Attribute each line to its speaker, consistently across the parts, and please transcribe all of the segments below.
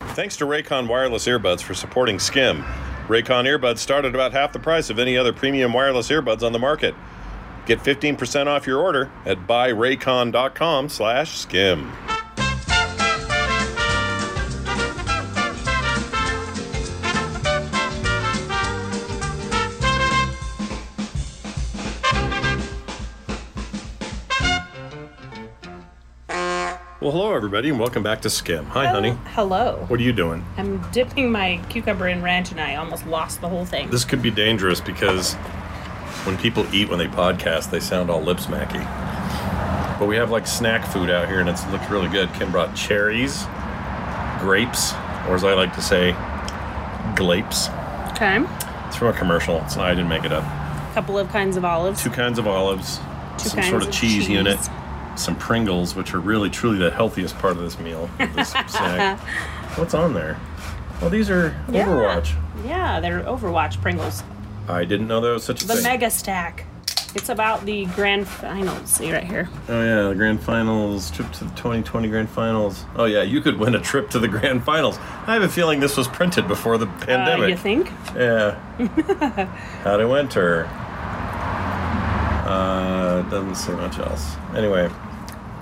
Speaker 1: Thanks to Raycon wireless earbuds for supporting Skim. Raycon earbuds start at about half the price of any other premium wireless earbuds on the market. Get 15% off your order at buyraycon.com slash skim. Well, hello, everybody, and welcome back to Skim. Hi, honey.
Speaker 2: Oh, Hello.
Speaker 1: What are you doing?
Speaker 2: I'm dipping my cucumber in ranch and I almost lost the whole thing.
Speaker 1: This could be dangerous because when people eat when they podcast, they sound all lip smacky. But we have like snack food out here and it's looked really good. Kim brought cherries, grapes, or as I like to say, glapes.
Speaker 2: okay.
Speaker 1: It's from a commercial, so I didn't make it up.
Speaker 2: A couple of kinds of olives.
Speaker 1: Two kinds of olives,
Speaker 2: Two
Speaker 1: some sort
Speaker 2: kinds
Speaker 1: of
Speaker 2: of
Speaker 1: cheese,
Speaker 2: cheese.
Speaker 1: unit, some Pringles, which are really truly the healthiest part of this meal. of This snack. What's on there? Well, these are
Speaker 2: Yeah.
Speaker 1: Overwatch.
Speaker 2: Yeah, they're Overwatch Pringles.
Speaker 1: I didn't know there was such a
Speaker 2: The
Speaker 1: thing.
Speaker 2: Mega Stack. It's about the grand finals. See right here.
Speaker 1: Oh yeah, the grand finals, trip to the 2020 grand finals. Oh yeah, you could win a trip to the grand finals. I have a feeling this was printed before the
Speaker 2: Uh,
Speaker 1: pandemic.
Speaker 2: you think?
Speaker 1: Yeah. How to enter. Uh, doesn't say much else. Anyway,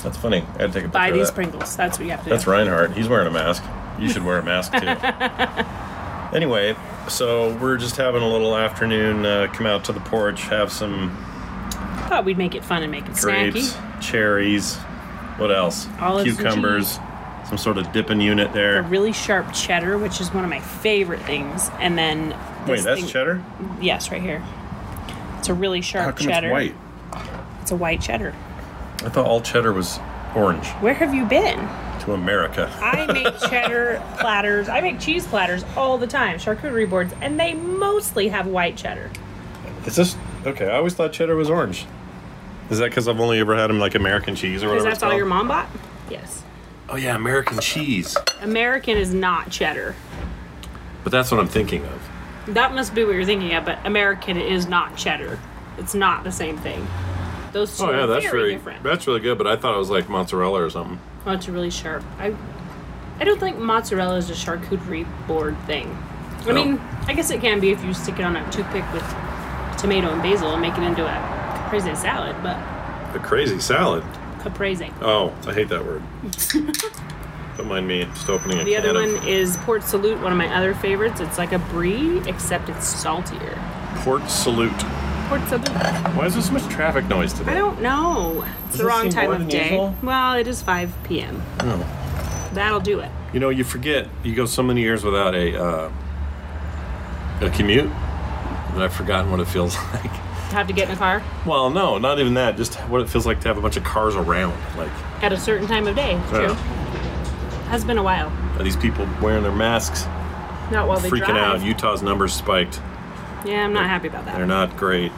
Speaker 1: that's funny. I had to take a picture
Speaker 2: Buy
Speaker 1: of
Speaker 2: these
Speaker 1: that.
Speaker 2: Pringles. That's what you have to
Speaker 1: That's
Speaker 2: do.
Speaker 1: Reinhardt. He's wearing a mask. You should wear a mask too. anyway, so we're just having a little afternoon. Uh, come out to the porch, have some
Speaker 2: Right. Thought we'd make it fun and make it
Speaker 1: grapes,
Speaker 2: snacky.
Speaker 1: cherries, what else?
Speaker 2: Olives and
Speaker 1: Cucumbers, some sort of dipping unit
Speaker 2: A
Speaker 1: there.
Speaker 2: really sharp cheddar, which is one of my favorite things. And then
Speaker 1: Wait,
Speaker 2: this
Speaker 1: that's
Speaker 2: thing-
Speaker 1: cheddar?
Speaker 2: Yes, right here. It's a really sharp
Speaker 1: How come
Speaker 2: cheddar.
Speaker 1: it's white?
Speaker 2: It's a white cheddar.
Speaker 1: I thought all cheddar was orange
Speaker 2: Where have you been?
Speaker 1: to America.
Speaker 2: I make cheddar platters. I make cheese platters all the time, charcuterie boards, and they mostly have white cheddar.
Speaker 1: Is this okay? I always thought cheddar was orange. Is that because I've only ever had them like American cheese or
Speaker 2: Because
Speaker 1: whatever?
Speaker 2: that's
Speaker 1: it's
Speaker 2: all your
Speaker 1: called?
Speaker 2: mom bought? Yes.
Speaker 1: Oh yeah, American cheese.
Speaker 2: American is not cheddar.
Speaker 1: But that's what I'm thinking of.
Speaker 2: That must be what you're thinking of, but American is not cheddar. It's not the same thing. Those two
Speaker 1: Oh yeah,
Speaker 2: are
Speaker 1: that's
Speaker 2: very
Speaker 1: really
Speaker 2: different.
Speaker 1: that's really good. But I thought it was like mozzarella or something.
Speaker 2: oh, it's really sharp. I I don't think mozzarella is a charcuterie board thing. I
Speaker 1: No.
Speaker 2: mean, I guess it can be if you stick it on a toothpick with tomato and basil and make it into a caprese salad, but
Speaker 1: A crazy salad.
Speaker 2: caprese.
Speaker 1: Oh, I hate that word. Don't mind me just opening a
Speaker 2: The
Speaker 1: can
Speaker 2: other
Speaker 1: of-
Speaker 2: one is Port Salute, one of my other favorites. It's like a brie, except it's saltier.
Speaker 1: Port Salute.
Speaker 2: Port Salute. I
Speaker 1: Why is there so much traffic noise today?
Speaker 2: don't know. It's
Speaker 1: Does
Speaker 2: the
Speaker 1: it
Speaker 2: wrong
Speaker 1: seem
Speaker 2: time
Speaker 1: more
Speaker 2: of
Speaker 1: than
Speaker 2: day.
Speaker 1: usual?
Speaker 2: Well, it is 5 p.m.
Speaker 1: Oh.
Speaker 2: That'll do it.
Speaker 1: You know, you forget. You go so many years without a uh, a commute that I've forgotten what it feels like.
Speaker 2: Have to get in a car
Speaker 1: Well, no, not even that. Just what it feels like to have a bunch of cars around. Like,
Speaker 2: at a certain time of day. True. Has been a while.
Speaker 1: are these people wearing their masks,
Speaker 2: Not while they
Speaker 1: freaking
Speaker 2: drive.
Speaker 1: out. Utah's numbers spiked.
Speaker 2: yeah, I'm not happy about that.
Speaker 1: They're not great.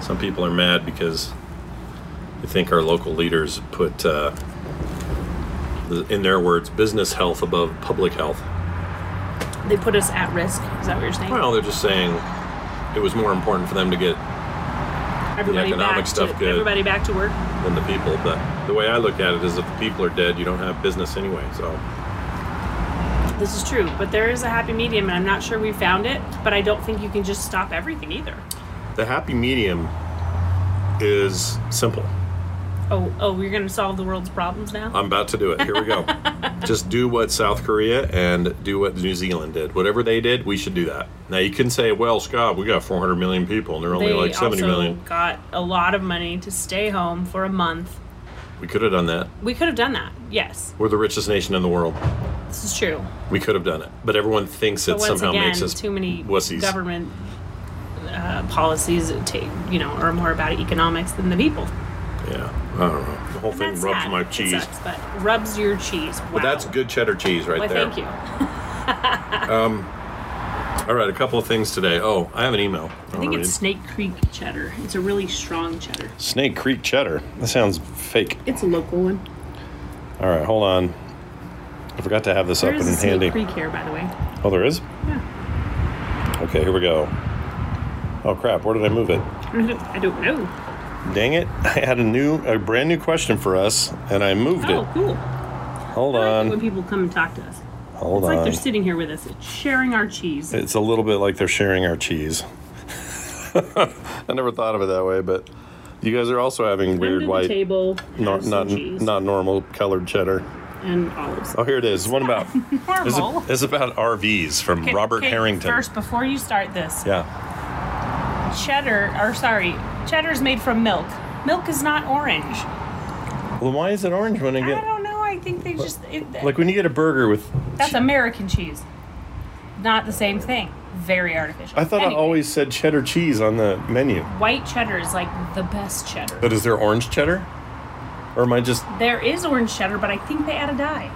Speaker 1: Some people are mad because they think our local leaders put, uh, the- in their words, business health above public health.
Speaker 2: They put us at risk. Is that what you're saying?
Speaker 1: Well, they're just saying it was more important for them to get
Speaker 2: everybody
Speaker 1: economic
Speaker 2: back
Speaker 1: stuff
Speaker 2: to,
Speaker 1: good.
Speaker 2: Everybody back to work.
Speaker 1: than the people. But the way I look at it is if the people are dead, you don't have business anyway. So
Speaker 2: This is true, but there is a happy medium, and I'm not sure we found it. But I don't think you can just stop everything either.
Speaker 1: the happy medium is simple.
Speaker 2: Oh, oh, you're gonna solve the world's problems now?
Speaker 1: I'm about to do it. Here we go. Just do what South Korea and do what New Zealand did. Whatever they did, we should do that. Now you can say, well, Scott, we got 400 million people and they're only
Speaker 2: they
Speaker 1: like 70
Speaker 2: also
Speaker 1: million.
Speaker 2: got a lot of money to stay home for a month.
Speaker 1: We could have done that.
Speaker 2: We could have done that. Yes,
Speaker 1: We're the richest nation in the world.
Speaker 2: this is true.
Speaker 1: We could have done it. But everyone thinks
Speaker 2: But
Speaker 1: it
Speaker 2: once
Speaker 1: somehow
Speaker 2: again,
Speaker 1: makes us
Speaker 2: too many
Speaker 1: wussies.
Speaker 2: government uh, policies that take you know are more about economics than the people.
Speaker 1: Yeah. I don't know. The whole
Speaker 2: And
Speaker 1: thing
Speaker 2: that's
Speaker 1: rubs
Speaker 2: sad.
Speaker 1: my
Speaker 2: It
Speaker 1: cheese.
Speaker 2: sucks, but rubs your cheese. Wow.
Speaker 1: But that's good cheddar cheese right
Speaker 2: Well,
Speaker 1: there.
Speaker 2: thank you. I
Speaker 1: All right, a couple of things today. Oh, I have an email. I
Speaker 2: think it's Snake Creek cheddar. It's a really strong cheddar.
Speaker 1: Snake Creek Cheddar. That sounds fake.
Speaker 2: It's a local one.
Speaker 1: All right, hold on. I forgot to have this
Speaker 2: There
Speaker 1: up
Speaker 2: is
Speaker 1: and
Speaker 2: a
Speaker 1: in
Speaker 2: Snake
Speaker 1: handy.
Speaker 2: Creek here, by the way.
Speaker 1: Oh, there is?
Speaker 2: Yeah.
Speaker 1: Okay, here we go. Oh crap, where did I move it?
Speaker 2: I don't know.
Speaker 1: Dang it. I had a new a brand new question for us and I moved
Speaker 2: Oh,
Speaker 1: it.
Speaker 2: cool.
Speaker 1: Hold
Speaker 2: I like it when
Speaker 1: on.
Speaker 2: people come and talk to us.
Speaker 1: Hold
Speaker 2: It's like
Speaker 1: on.
Speaker 2: they're sitting here with us, sharing our cheese.
Speaker 1: It's a little bit like they're sharing our cheese. I never thought of it that way, but you guys are also having
Speaker 2: Under
Speaker 1: weird
Speaker 2: the
Speaker 1: white,
Speaker 2: table,
Speaker 1: not
Speaker 2: has
Speaker 1: not
Speaker 2: some cheese
Speaker 1: not normal colored cheddar.
Speaker 2: and olives.
Speaker 1: Oh, here it is. One about it's,
Speaker 2: Normal.
Speaker 1: it's about RVs from
Speaker 2: Okay,
Speaker 1: Robert
Speaker 2: okay,
Speaker 1: Harrington.
Speaker 2: First, before you start this,
Speaker 1: Yeah,
Speaker 2: cheddar, or sorry, cheddar is made from milk. Milk is not orange.
Speaker 1: well, why is it orange when I
Speaker 2: I
Speaker 1: get
Speaker 2: don't know. I think they just it,
Speaker 1: like when you get a burger with?
Speaker 2: that's American cheese, not the same thing. Very artificial.
Speaker 1: I thought
Speaker 2: Anyway,
Speaker 1: I always said cheddar cheese on the menu,
Speaker 2: white cheddar is like the best cheddar.
Speaker 1: but is there orange cheddar, or am I just?
Speaker 2: There is orange cheddar, but I think they add a dye.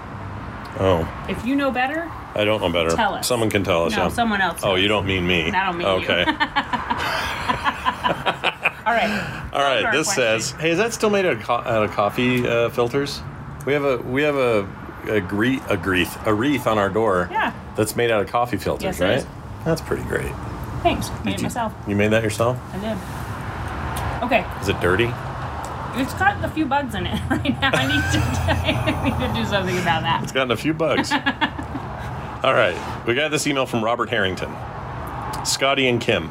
Speaker 1: Oh,
Speaker 2: If you know better,
Speaker 1: I don't know better.
Speaker 2: Tell us.
Speaker 1: Someone can tell us.
Speaker 2: no,
Speaker 1: yeah.
Speaker 2: someone else.
Speaker 1: Oh,
Speaker 2: knows.
Speaker 1: you don't mean me.
Speaker 2: I don't mean you.
Speaker 1: okay.
Speaker 2: All right.
Speaker 1: All right,
Speaker 2: Filter
Speaker 1: this
Speaker 2: question.
Speaker 1: says, "Hey, is that still made out of, co- out of coffee uh, filters? We have a we have a a, gre- a wreath a wreath on our door.
Speaker 2: Yeah.
Speaker 1: that's made out of coffee filters,
Speaker 2: Yes, it
Speaker 1: right?
Speaker 2: is.
Speaker 1: That's pretty great.
Speaker 2: Thanks. Made it
Speaker 1: You-
Speaker 2: myself.
Speaker 1: You made that yourself?
Speaker 2: I did. Okay,
Speaker 1: Is it dirty?
Speaker 2: it's got a few bugs in it right now. I need to, I need to do something about that.
Speaker 1: It's gotten a few bugs. All right, we got this email from Robert Harrington, Scotty and Kim.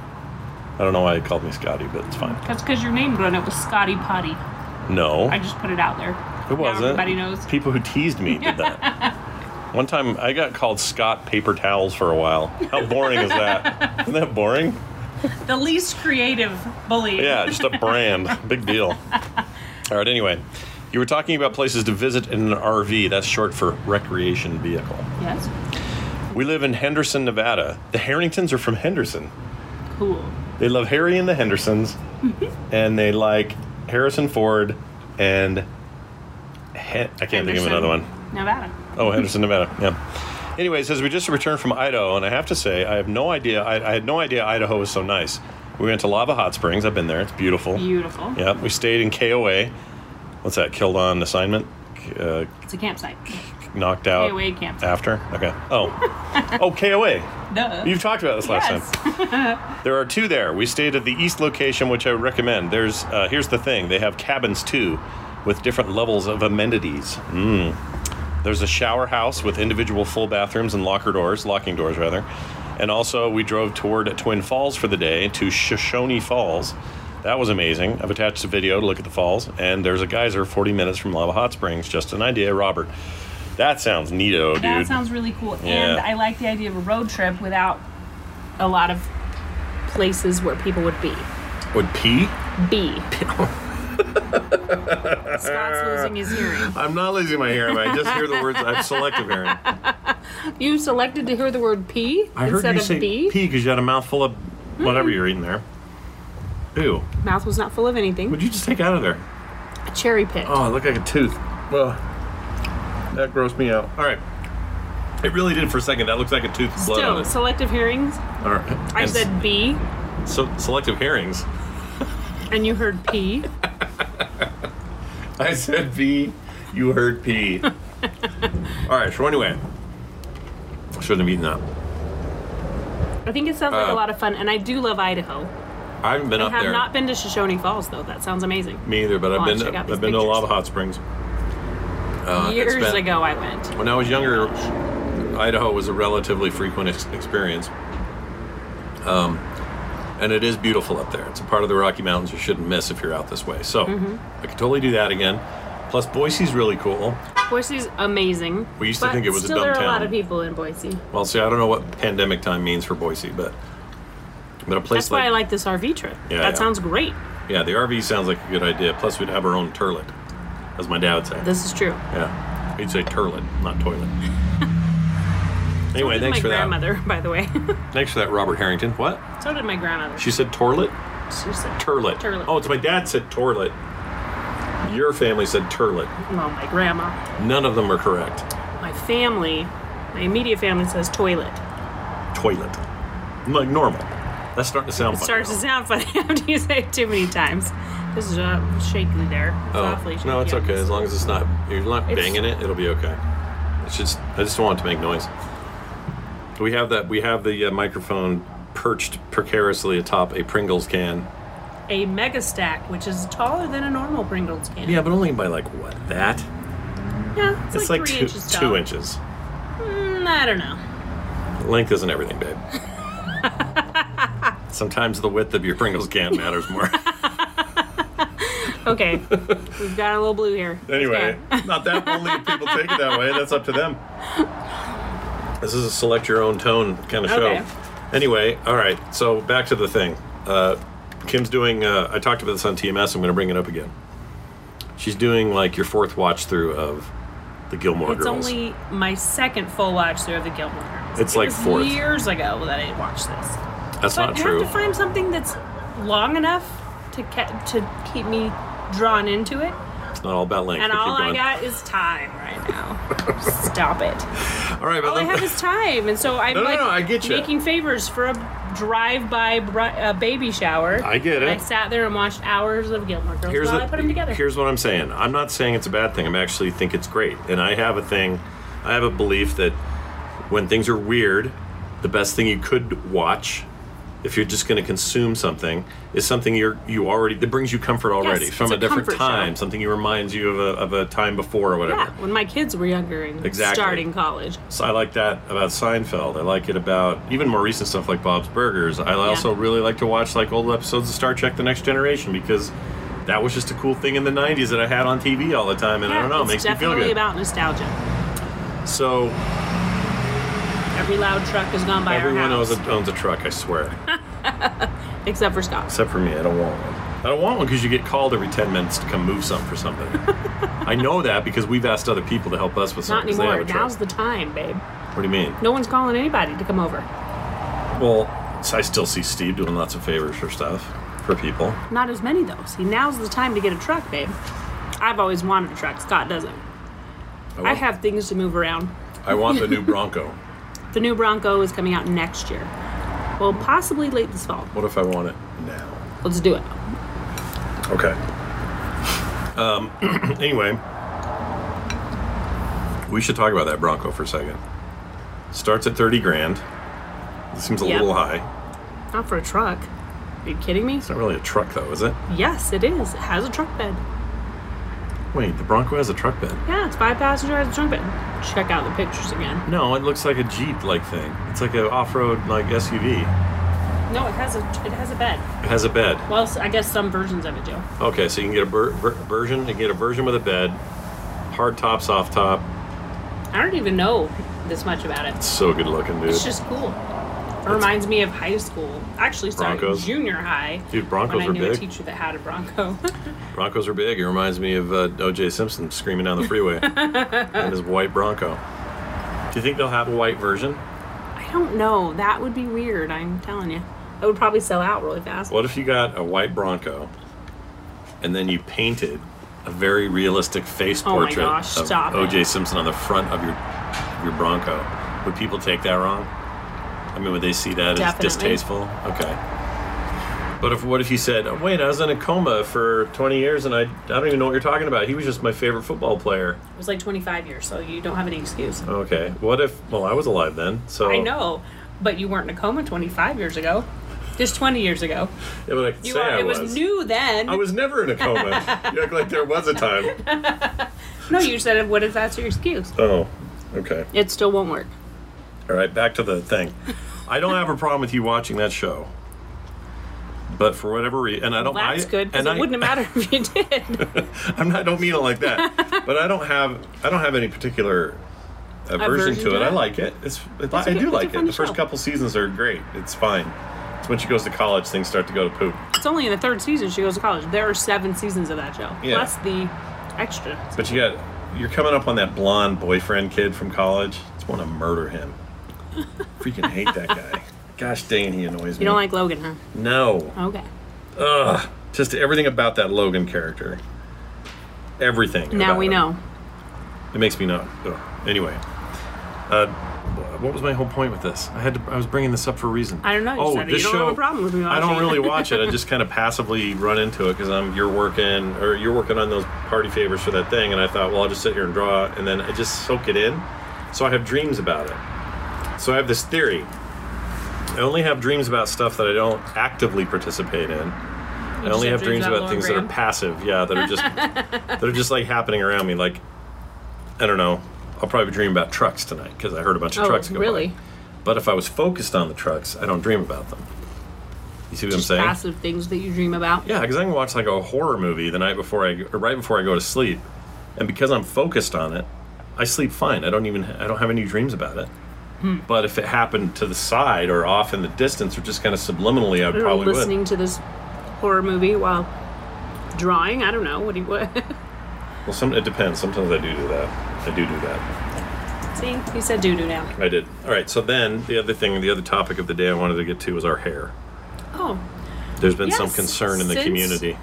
Speaker 1: I don't know why he called me Scotty, but it's fine.
Speaker 2: That's because your name growing up was Scotty Potty.
Speaker 1: No,
Speaker 2: I just put it out there.
Speaker 1: It wasn't.
Speaker 2: Now everybody knows.
Speaker 1: People who teased me did that. One time I got called Scott Paper Towels for a while. How boring is that? Isn't that boring?
Speaker 2: The least creative bully.
Speaker 1: Yeah, just a brand. Big deal. All right, anyway. You were talking about places to visit in an RV. That's short for recreation vehicle.
Speaker 2: Yes.
Speaker 1: We live in Henderson, Nevada. The Harringtons are from Henderson.
Speaker 2: Cool.
Speaker 1: They love Harry and the Hendersons,
Speaker 2: Mm-hmm.
Speaker 1: and they like Harrison Ford and Hen- I can't think of
Speaker 2: Henderson,
Speaker 1: another one.
Speaker 2: Nevada.
Speaker 1: Oh, Henderson, Nevada. Yeah. Anyway, it says we just returned from Idaho, and I have to say, I have no idea. I, I had no idea Idaho was so nice. We went to Lava Hot Springs. I've been there. It's beautiful.
Speaker 2: Beautiful.
Speaker 1: Yeah. We stayed in KOA. What's that? Killed on assignment. Uh,
Speaker 2: It's a campsite.
Speaker 1: knocked out.
Speaker 2: KOA camp.
Speaker 1: After. Okay. Oh. oh, KOA.
Speaker 2: Duh.
Speaker 1: You've talked about this last
Speaker 2: Yes.
Speaker 1: time. there are two there. We stayed at the east location, which I would recommend. There's uh, here's the thing: they have cabins too, with different levels of amenities. Mm. There's a shower house with individual full bathrooms and locker doors, locking doors rather. And also, we drove toward Twin Falls for the day to Shoshone Falls. That was amazing. I've attached a video to look at the falls, and there's a geyser 40 minutes from Lava Hot Springs. Just an idea, Robert. That sounds neato, dude.
Speaker 2: That sounds really cool. And
Speaker 1: Yeah.
Speaker 2: I like the idea of a road trip without a lot of places where people would be.
Speaker 1: would pee?
Speaker 2: B. Scott's losing his hearing.
Speaker 1: I'm not losing my hearing. I just hear the words. I'm selective hearing.
Speaker 2: You selected to hear the word P
Speaker 1: I heard
Speaker 2: instead
Speaker 1: you
Speaker 2: of
Speaker 1: say
Speaker 2: B. Hmm.
Speaker 1: pee because you had a mouthful of whatever you're eating there. Ew.
Speaker 2: Mouth was not full of anything.
Speaker 1: What'd you just take out of there?
Speaker 2: Cherry pick.
Speaker 1: Oh, it looked like a tooth. Well, that grossed me out. All right. It really did for a second. That looks like a tooth with blood on
Speaker 2: Still,
Speaker 1: it.
Speaker 2: selective hearings.
Speaker 1: All right.
Speaker 2: I
Speaker 1: And
Speaker 2: said B,
Speaker 1: so, selective hearings.
Speaker 2: and you heard P.
Speaker 1: I said pee. You heard pee. All right. So anyway, I shouldn't have eaten that.
Speaker 2: I think it sounds like
Speaker 1: Uh,
Speaker 2: a lot of fun, and I do love Idaho.
Speaker 1: I haven't been
Speaker 2: I
Speaker 1: up
Speaker 2: have
Speaker 1: there.
Speaker 2: not been to Shoshone Falls though. That sounds amazing.
Speaker 1: me either, but
Speaker 2: Oh,
Speaker 1: I've been
Speaker 2: check out these
Speaker 1: I've been to a
Speaker 2: pictures.
Speaker 1: lot of hot springs. Uh, it's
Speaker 2: Years
Speaker 1: been-
Speaker 2: ago, I went.
Speaker 1: When I was younger, Idaho was a relatively frequent ex- experience. Um, and it is beautiful up there. It's a part of the Rocky Mountains you shouldn't miss if you're out this way. So
Speaker 2: Mm-hmm.
Speaker 1: I could totally do that again. Plus, Boise's really cool.
Speaker 2: Boise's amazing.
Speaker 1: We used to
Speaker 2: but
Speaker 1: think it was a
Speaker 2: still
Speaker 1: dumb
Speaker 2: there are a
Speaker 1: town.
Speaker 2: lot of people in Boise.
Speaker 1: Well, see, I don't know what pandemic time means for Boise, but but a place
Speaker 2: That's why I
Speaker 1: like,
Speaker 2: like this RV trip.
Speaker 1: Yeah,
Speaker 2: that
Speaker 1: yeah.
Speaker 2: sounds great.
Speaker 1: yeah, the RV sounds like a good idea. Plus, we'd have our own turlet, as my dad would say.
Speaker 2: This is true.
Speaker 1: yeah, he'd say turlet, not toilet. anyway,
Speaker 2: So did
Speaker 1: thanks
Speaker 2: my
Speaker 1: for that.
Speaker 2: grandmother, by the way.
Speaker 1: Thanks for that, Robert Harrington. What?
Speaker 2: so did my grandmother.
Speaker 1: She said toilet.
Speaker 2: She said,
Speaker 1: Turlet.
Speaker 2: Turlet.
Speaker 1: Oh, it's my dad said toilet. Your family said turlet.
Speaker 2: well, my grandma,
Speaker 1: None of them are correct.
Speaker 2: my family, my immediate family says toilet.
Speaker 1: Oh Toilet. Like normal. That's starting to sound
Speaker 2: It
Speaker 1: funny
Speaker 2: starts to
Speaker 1: now.
Speaker 2: sound funny after you say it too many times. This is uh, shaky there. It's awfully
Speaker 1: Oh,
Speaker 2: shaky.
Speaker 1: no, it's
Speaker 2: on
Speaker 1: okay.
Speaker 2: this.
Speaker 1: As long as it's not, you're not
Speaker 2: It's-
Speaker 1: banging it, it'll be okay. It's just, I just don't want it to make noise. We have that, we have the uh, microphone perched precariously atop a Pringles can.
Speaker 2: A mega stack, which is taller than a normal Pringles can.
Speaker 1: Yeah, but only by like what, that?
Speaker 2: Yeah, it's,
Speaker 1: It's,
Speaker 2: like,
Speaker 1: like,
Speaker 2: three
Speaker 1: two,
Speaker 2: inches tall.
Speaker 1: two inches.
Speaker 2: Mm, I don't know.
Speaker 1: Length isn't everything, babe. Sometimes the width of your Pringles can matters more.
Speaker 2: Okay, we've got a little blue here. It's
Speaker 1: anyway,
Speaker 2: good.
Speaker 1: not that only if people take it that way. That's up to them. This is a select your own tone kind of show.
Speaker 2: Okay.
Speaker 1: Anyway, all right. So back to the thing. Uh, Kim's doing. Uh, I talked about this on TMS. I'm going to bring it up again. She's doing like your fourth watch through of the Gilmore
Speaker 2: it's
Speaker 1: Girls.
Speaker 2: only my second full watch through of the Gilmore Girls.
Speaker 1: It's
Speaker 2: it
Speaker 1: like
Speaker 2: was
Speaker 1: fourth.
Speaker 2: years ago that I watched this.
Speaker 1: That's
Speaker 2: but
Speaker 1: not
Speaker 2: I
Speaker 1: true.
Speaker 2: have to find something that's long enough to ke- to keep me drawn into it.
Speaker 1: it's not all about length.
Speaker 2: And
Speaker 1: but keep
Speaker 2: all I
Speaker 1: going.
Speaker 2: got is time right now. Stop it.
Speaker 1: All right, but
Speaker 2: All I
Speaker 1: let me-
Speaker 2: have is time, and so I'm
Speaker 1: No, no,
Speaker 2: like
Speaker 1: no, I get ya.
Speaker 2: making favors for a drive-by bri- uh, baby shower.
Speaker 1: I get it.
Speaker 2: And I sat there and watched hours of Gilmore Girls
Speaker 1: here's
Speaker 2: while
Speaker 1: the-
Speaker 2: I put them together.
Speaker 1: Here's what I'm saying. I'm not saying it's a bad thing. I'm actually think it's great. And I have a thing. I have a belief that when things are weird, the best thing you could watch, if you're just going to consume something, is something you're you already that brings you comfort already
Speaker 2: it's
Speaker 1: from
Speaker 2: a
Speaker 1: a different
Speaker 2: comfort show.
Speaker 1: time, something you reminds you of a, of a time before or whatever.
Speaker 2: yeah, when my kids were younger and
Speaker 1: Exactly.
Speaker 2: starting college.
Speaker 1: So I like that about Seinfeld. I like it about even more recent stuff like Bob's Burgers. I also really like to watch like old episodes of Star Trek: The Next Generation because that was just a cool thing in the '90s that I had on TV all the time, and I
Speaker 2: Yeah,
Speaker 1: don't know, it makes
Speaker 2: it's
Speaker 1: me feel
Speaker 2: definitely
Speaker 1: good.
Speaker 2: about nostalgia.
Speaker 1: so
Speaker 2: Every loud truck has gone by
Speaker 1: everyone
Speaker 2: our
Speaker 1: owns
Speaker 2: house,
Speaker 1: a, owns a truck, I swear,
Speaker 2: except for Scott.
Speaker 1: except for me. I don't want one. I don't want one because you get called every ten minutes to come move something for somebody. I know that because we've asked other people to help us with
Speaker 2: Not
Speaker 1: something. 'cause they
Speaker 2: anymore.
Speaker 1: have a truck.
Speaker 2: Now's the time, babe.
Speaker 1: what do you mean?
Speaker 2: No one's calling anybody to come over.
Speaker 1: Well, so I still see Steve doing lots of favors for stuff for people.
Speaker 2: Not as many though. See, now's the time to get a truck, babe. I've always wanted a truck. Scott doesn't. I
Speaker 1: want-
Speaker 2: have things to move around.
Speaker 1: I want the new Bronco.
Speaker 2: The new Bronco is coming out next year. Well, possibly late this fall.
Speaker 1: What if I want it now?
Speaker 2: Let's do it.
Speaker 1: Okay. Um, anyway, we should talk about that Bronco for a second. Starts at 30 grand. This seems a
Speaker 2: Yep.
Speaker 1: little high.
Speaker 2: Not for a truck. Are you kidding me?
Speaker 1: It's not really a truck, though, is it?
Speaker 2: Yes, it is. It has a truck bed.
Speaker 1: Wait, the Bronco has a truck bed.
Speaker 2: Yeah, it's five passenger, has a truck bed. Check out the pictures again.
Speaker 1: No, it looks like a Jeep like thing. It's like an off road like SUV.
Speaker 2: No, it has a it has a bed.
Speaker 1: It has a bed.
Speaker 2: Well, s- I guess some versions of it do.
Speaker 1: Okay, so you can get a ver- ver- version. You can get a version with a bed, hard top, soft top.
Speaker 2: I don't even know this much about it.
Speaker 1: So good looking, dude.
Speaker 2: It's just cool. It reminds me of high school. Actually, sorry,
Speaker 1: Broncos?
Speaker 2: junior high.
Speaker 1: Dude, Broncos
Speaker 2: when I
Speaker 1: were
Speaker 2: knew a
Speaker 1: big.
Speaker 2: teacher that had a Bronco.
Speaker 1: Broncos are big. It reminds me of uh, O.J. Simpson screaming down the freeway and his white Bronco. Do you think they'll have a white version?
Speaker 2: I don't know. That would be weird. I'm telling you. It would probably sell out really fast.
Speaker 1: What if you got a white Bronco and then you painted a very realistic face
Speaker 2: Oh my
Speaker 1: portrait
Speaker 2: gosh,
Speaker 1: of
Speaker 2: stop it.
Speaker 1: O.J. Simpson on the front of your of your Bronco? Would people take that wrong? I mean, would they see that
Speaker 2: Definitely.
Speaker 1: as distasteful? Okay. But if what if you said, oh, "Wait, I was in a coma for 20 years and I, I don't even know what you're talking about. He was just my favorite football player."
Speaker 2: It was like 25 years, so you don't have any excuse.
Speaker 1: Okay. What if? Well, I was alive then, so
Speaker 2: I know, but you weren't in a coma 25 years ago. Just 20 years ago.
Speaker 1: Yeah, but I can
Speaker 2: You
Speaker 1: say
Speaker 2: are,
Speaker 1: I
Speaker 2: it was.
Speaker 1: was.
Speaker 2: new then.
Speaker 1: I was never in a coma. you act like there was a time.
Speaker 2: no, you said, what if that's your excuse?
Speaker 1: Oh, okay.
Speaker 2: It still won't work.
Speaker 1: All right, back to the thing. I don't have a problem with you watching that show, but for whatever reason, and I don't.
Speaker 2: That's
Speaker 1: Oh, I,
Speaker 2: good, because
Speaker 1: and
Speaker 2: it
Speaker 1: I,
Speaker 2: wouldn't matter if you did.
Speaker 1: I'm not, I don't mean it like that, but I don't have. I don't have any particular aversion
Speaker 2: Aversion
Speaker 1: to
Speaker 2: to
Speaker 1: it. I
Speaker 2: it?
Speaker 1: like it. It's. It, I
Speaker 2: a good-
Speaker 1: do
Speaker 2: it's a
Speaker 1: like it.
Speaker 2: funny
Speaker 1: The first
Speaker 2: show.
Speaker 1: couple seasons are great. It's fine. It's when she goes to college, things start to go to poop.
Speaker 2: It's only in the third season she goes to college. There are seven seasons of that show,
Speaker 1: Yeah.
Speaker 2: plus the extra.
Speaker 1: But you got you're coming up on that blonde boyfriend kid from college. Just want to murder him. Freaking hate that guy. Gosh dang, he annoys me.
Speaker 2: You don't like Logan, huh?
Speaker 1: No.
Speaker 2: Okay.
Speaker 1: Ugh. Just everything about that Logan character. Everything.
Speaker 2: Now
Speaker 1: about
Speaker 2: we
Speaker 1: him.
Speaker 2: know.
Speaker 1: It makes me not. Ugh. Anyway. Uh, what was my whole point with this? I had to. I was bringing this up for a reason.
Speaker 2: I don't know, you
Speaker 1: oh,
Speaker 2: said it.
Speaker 1: this
Speaker 2: You don't
Speaker 1: show.
Speaker 2: have a problem with me
Speaker 1: I don't
Speaker 2: watching it.
Speaker 1: really watch it. I just kind of passively run into it because I'm you're working or you're working on those party favors for that thing, and I thought, well, I'll just sit here and draw, and then I just soak it in. So I have dreams about it. So I have this theory. I only have dreams about stuff that I don't actively participate in. I only have dreams about things that are passive, yeah, that are just that are just like happening around me. Like I don't know, I'll probably dream about trucks tonight because I heard a bunch of
Speaker 2: Oh,
Speaker 1: trucks go
Speaker 2: really?
Speaker 1: by. But if I was focused on the trucks, I don't dream about them. You see what
Speaker 2: Just
Speaker 1: I'm saying?
Speaker 2: passive things that you dream about.
Speaker 1: Yeah, because I can watch like a horror movie the night before I or right before I go to sleep, and because I'm focused on it, I sleep fine. I don't even I don't have any dreams about it.
Speaker 2: Hmm.
Speaker 1: But if it happened to the side or off in the distance or just kind of subliminally, I
Speaker 2: Or
Speaker 1: probably
Speaker 2: listening to this horror movie while drawing. I don't know. What do you what?
Speaker 1: would. Well, some it depends. Sometimes I do do that. I do do that.
Speaker 2: See, he said doo doo now.
Speaker 1: I did. All right. So then the other thing, the other topic of the day I wanted to get to was our hair.
Speaker 2: Oh,
Speaker 1: There's been some
Speaker 2: Yes,
Speaker 1: concern in the
Speaker 2: since-
Speaker 1: community.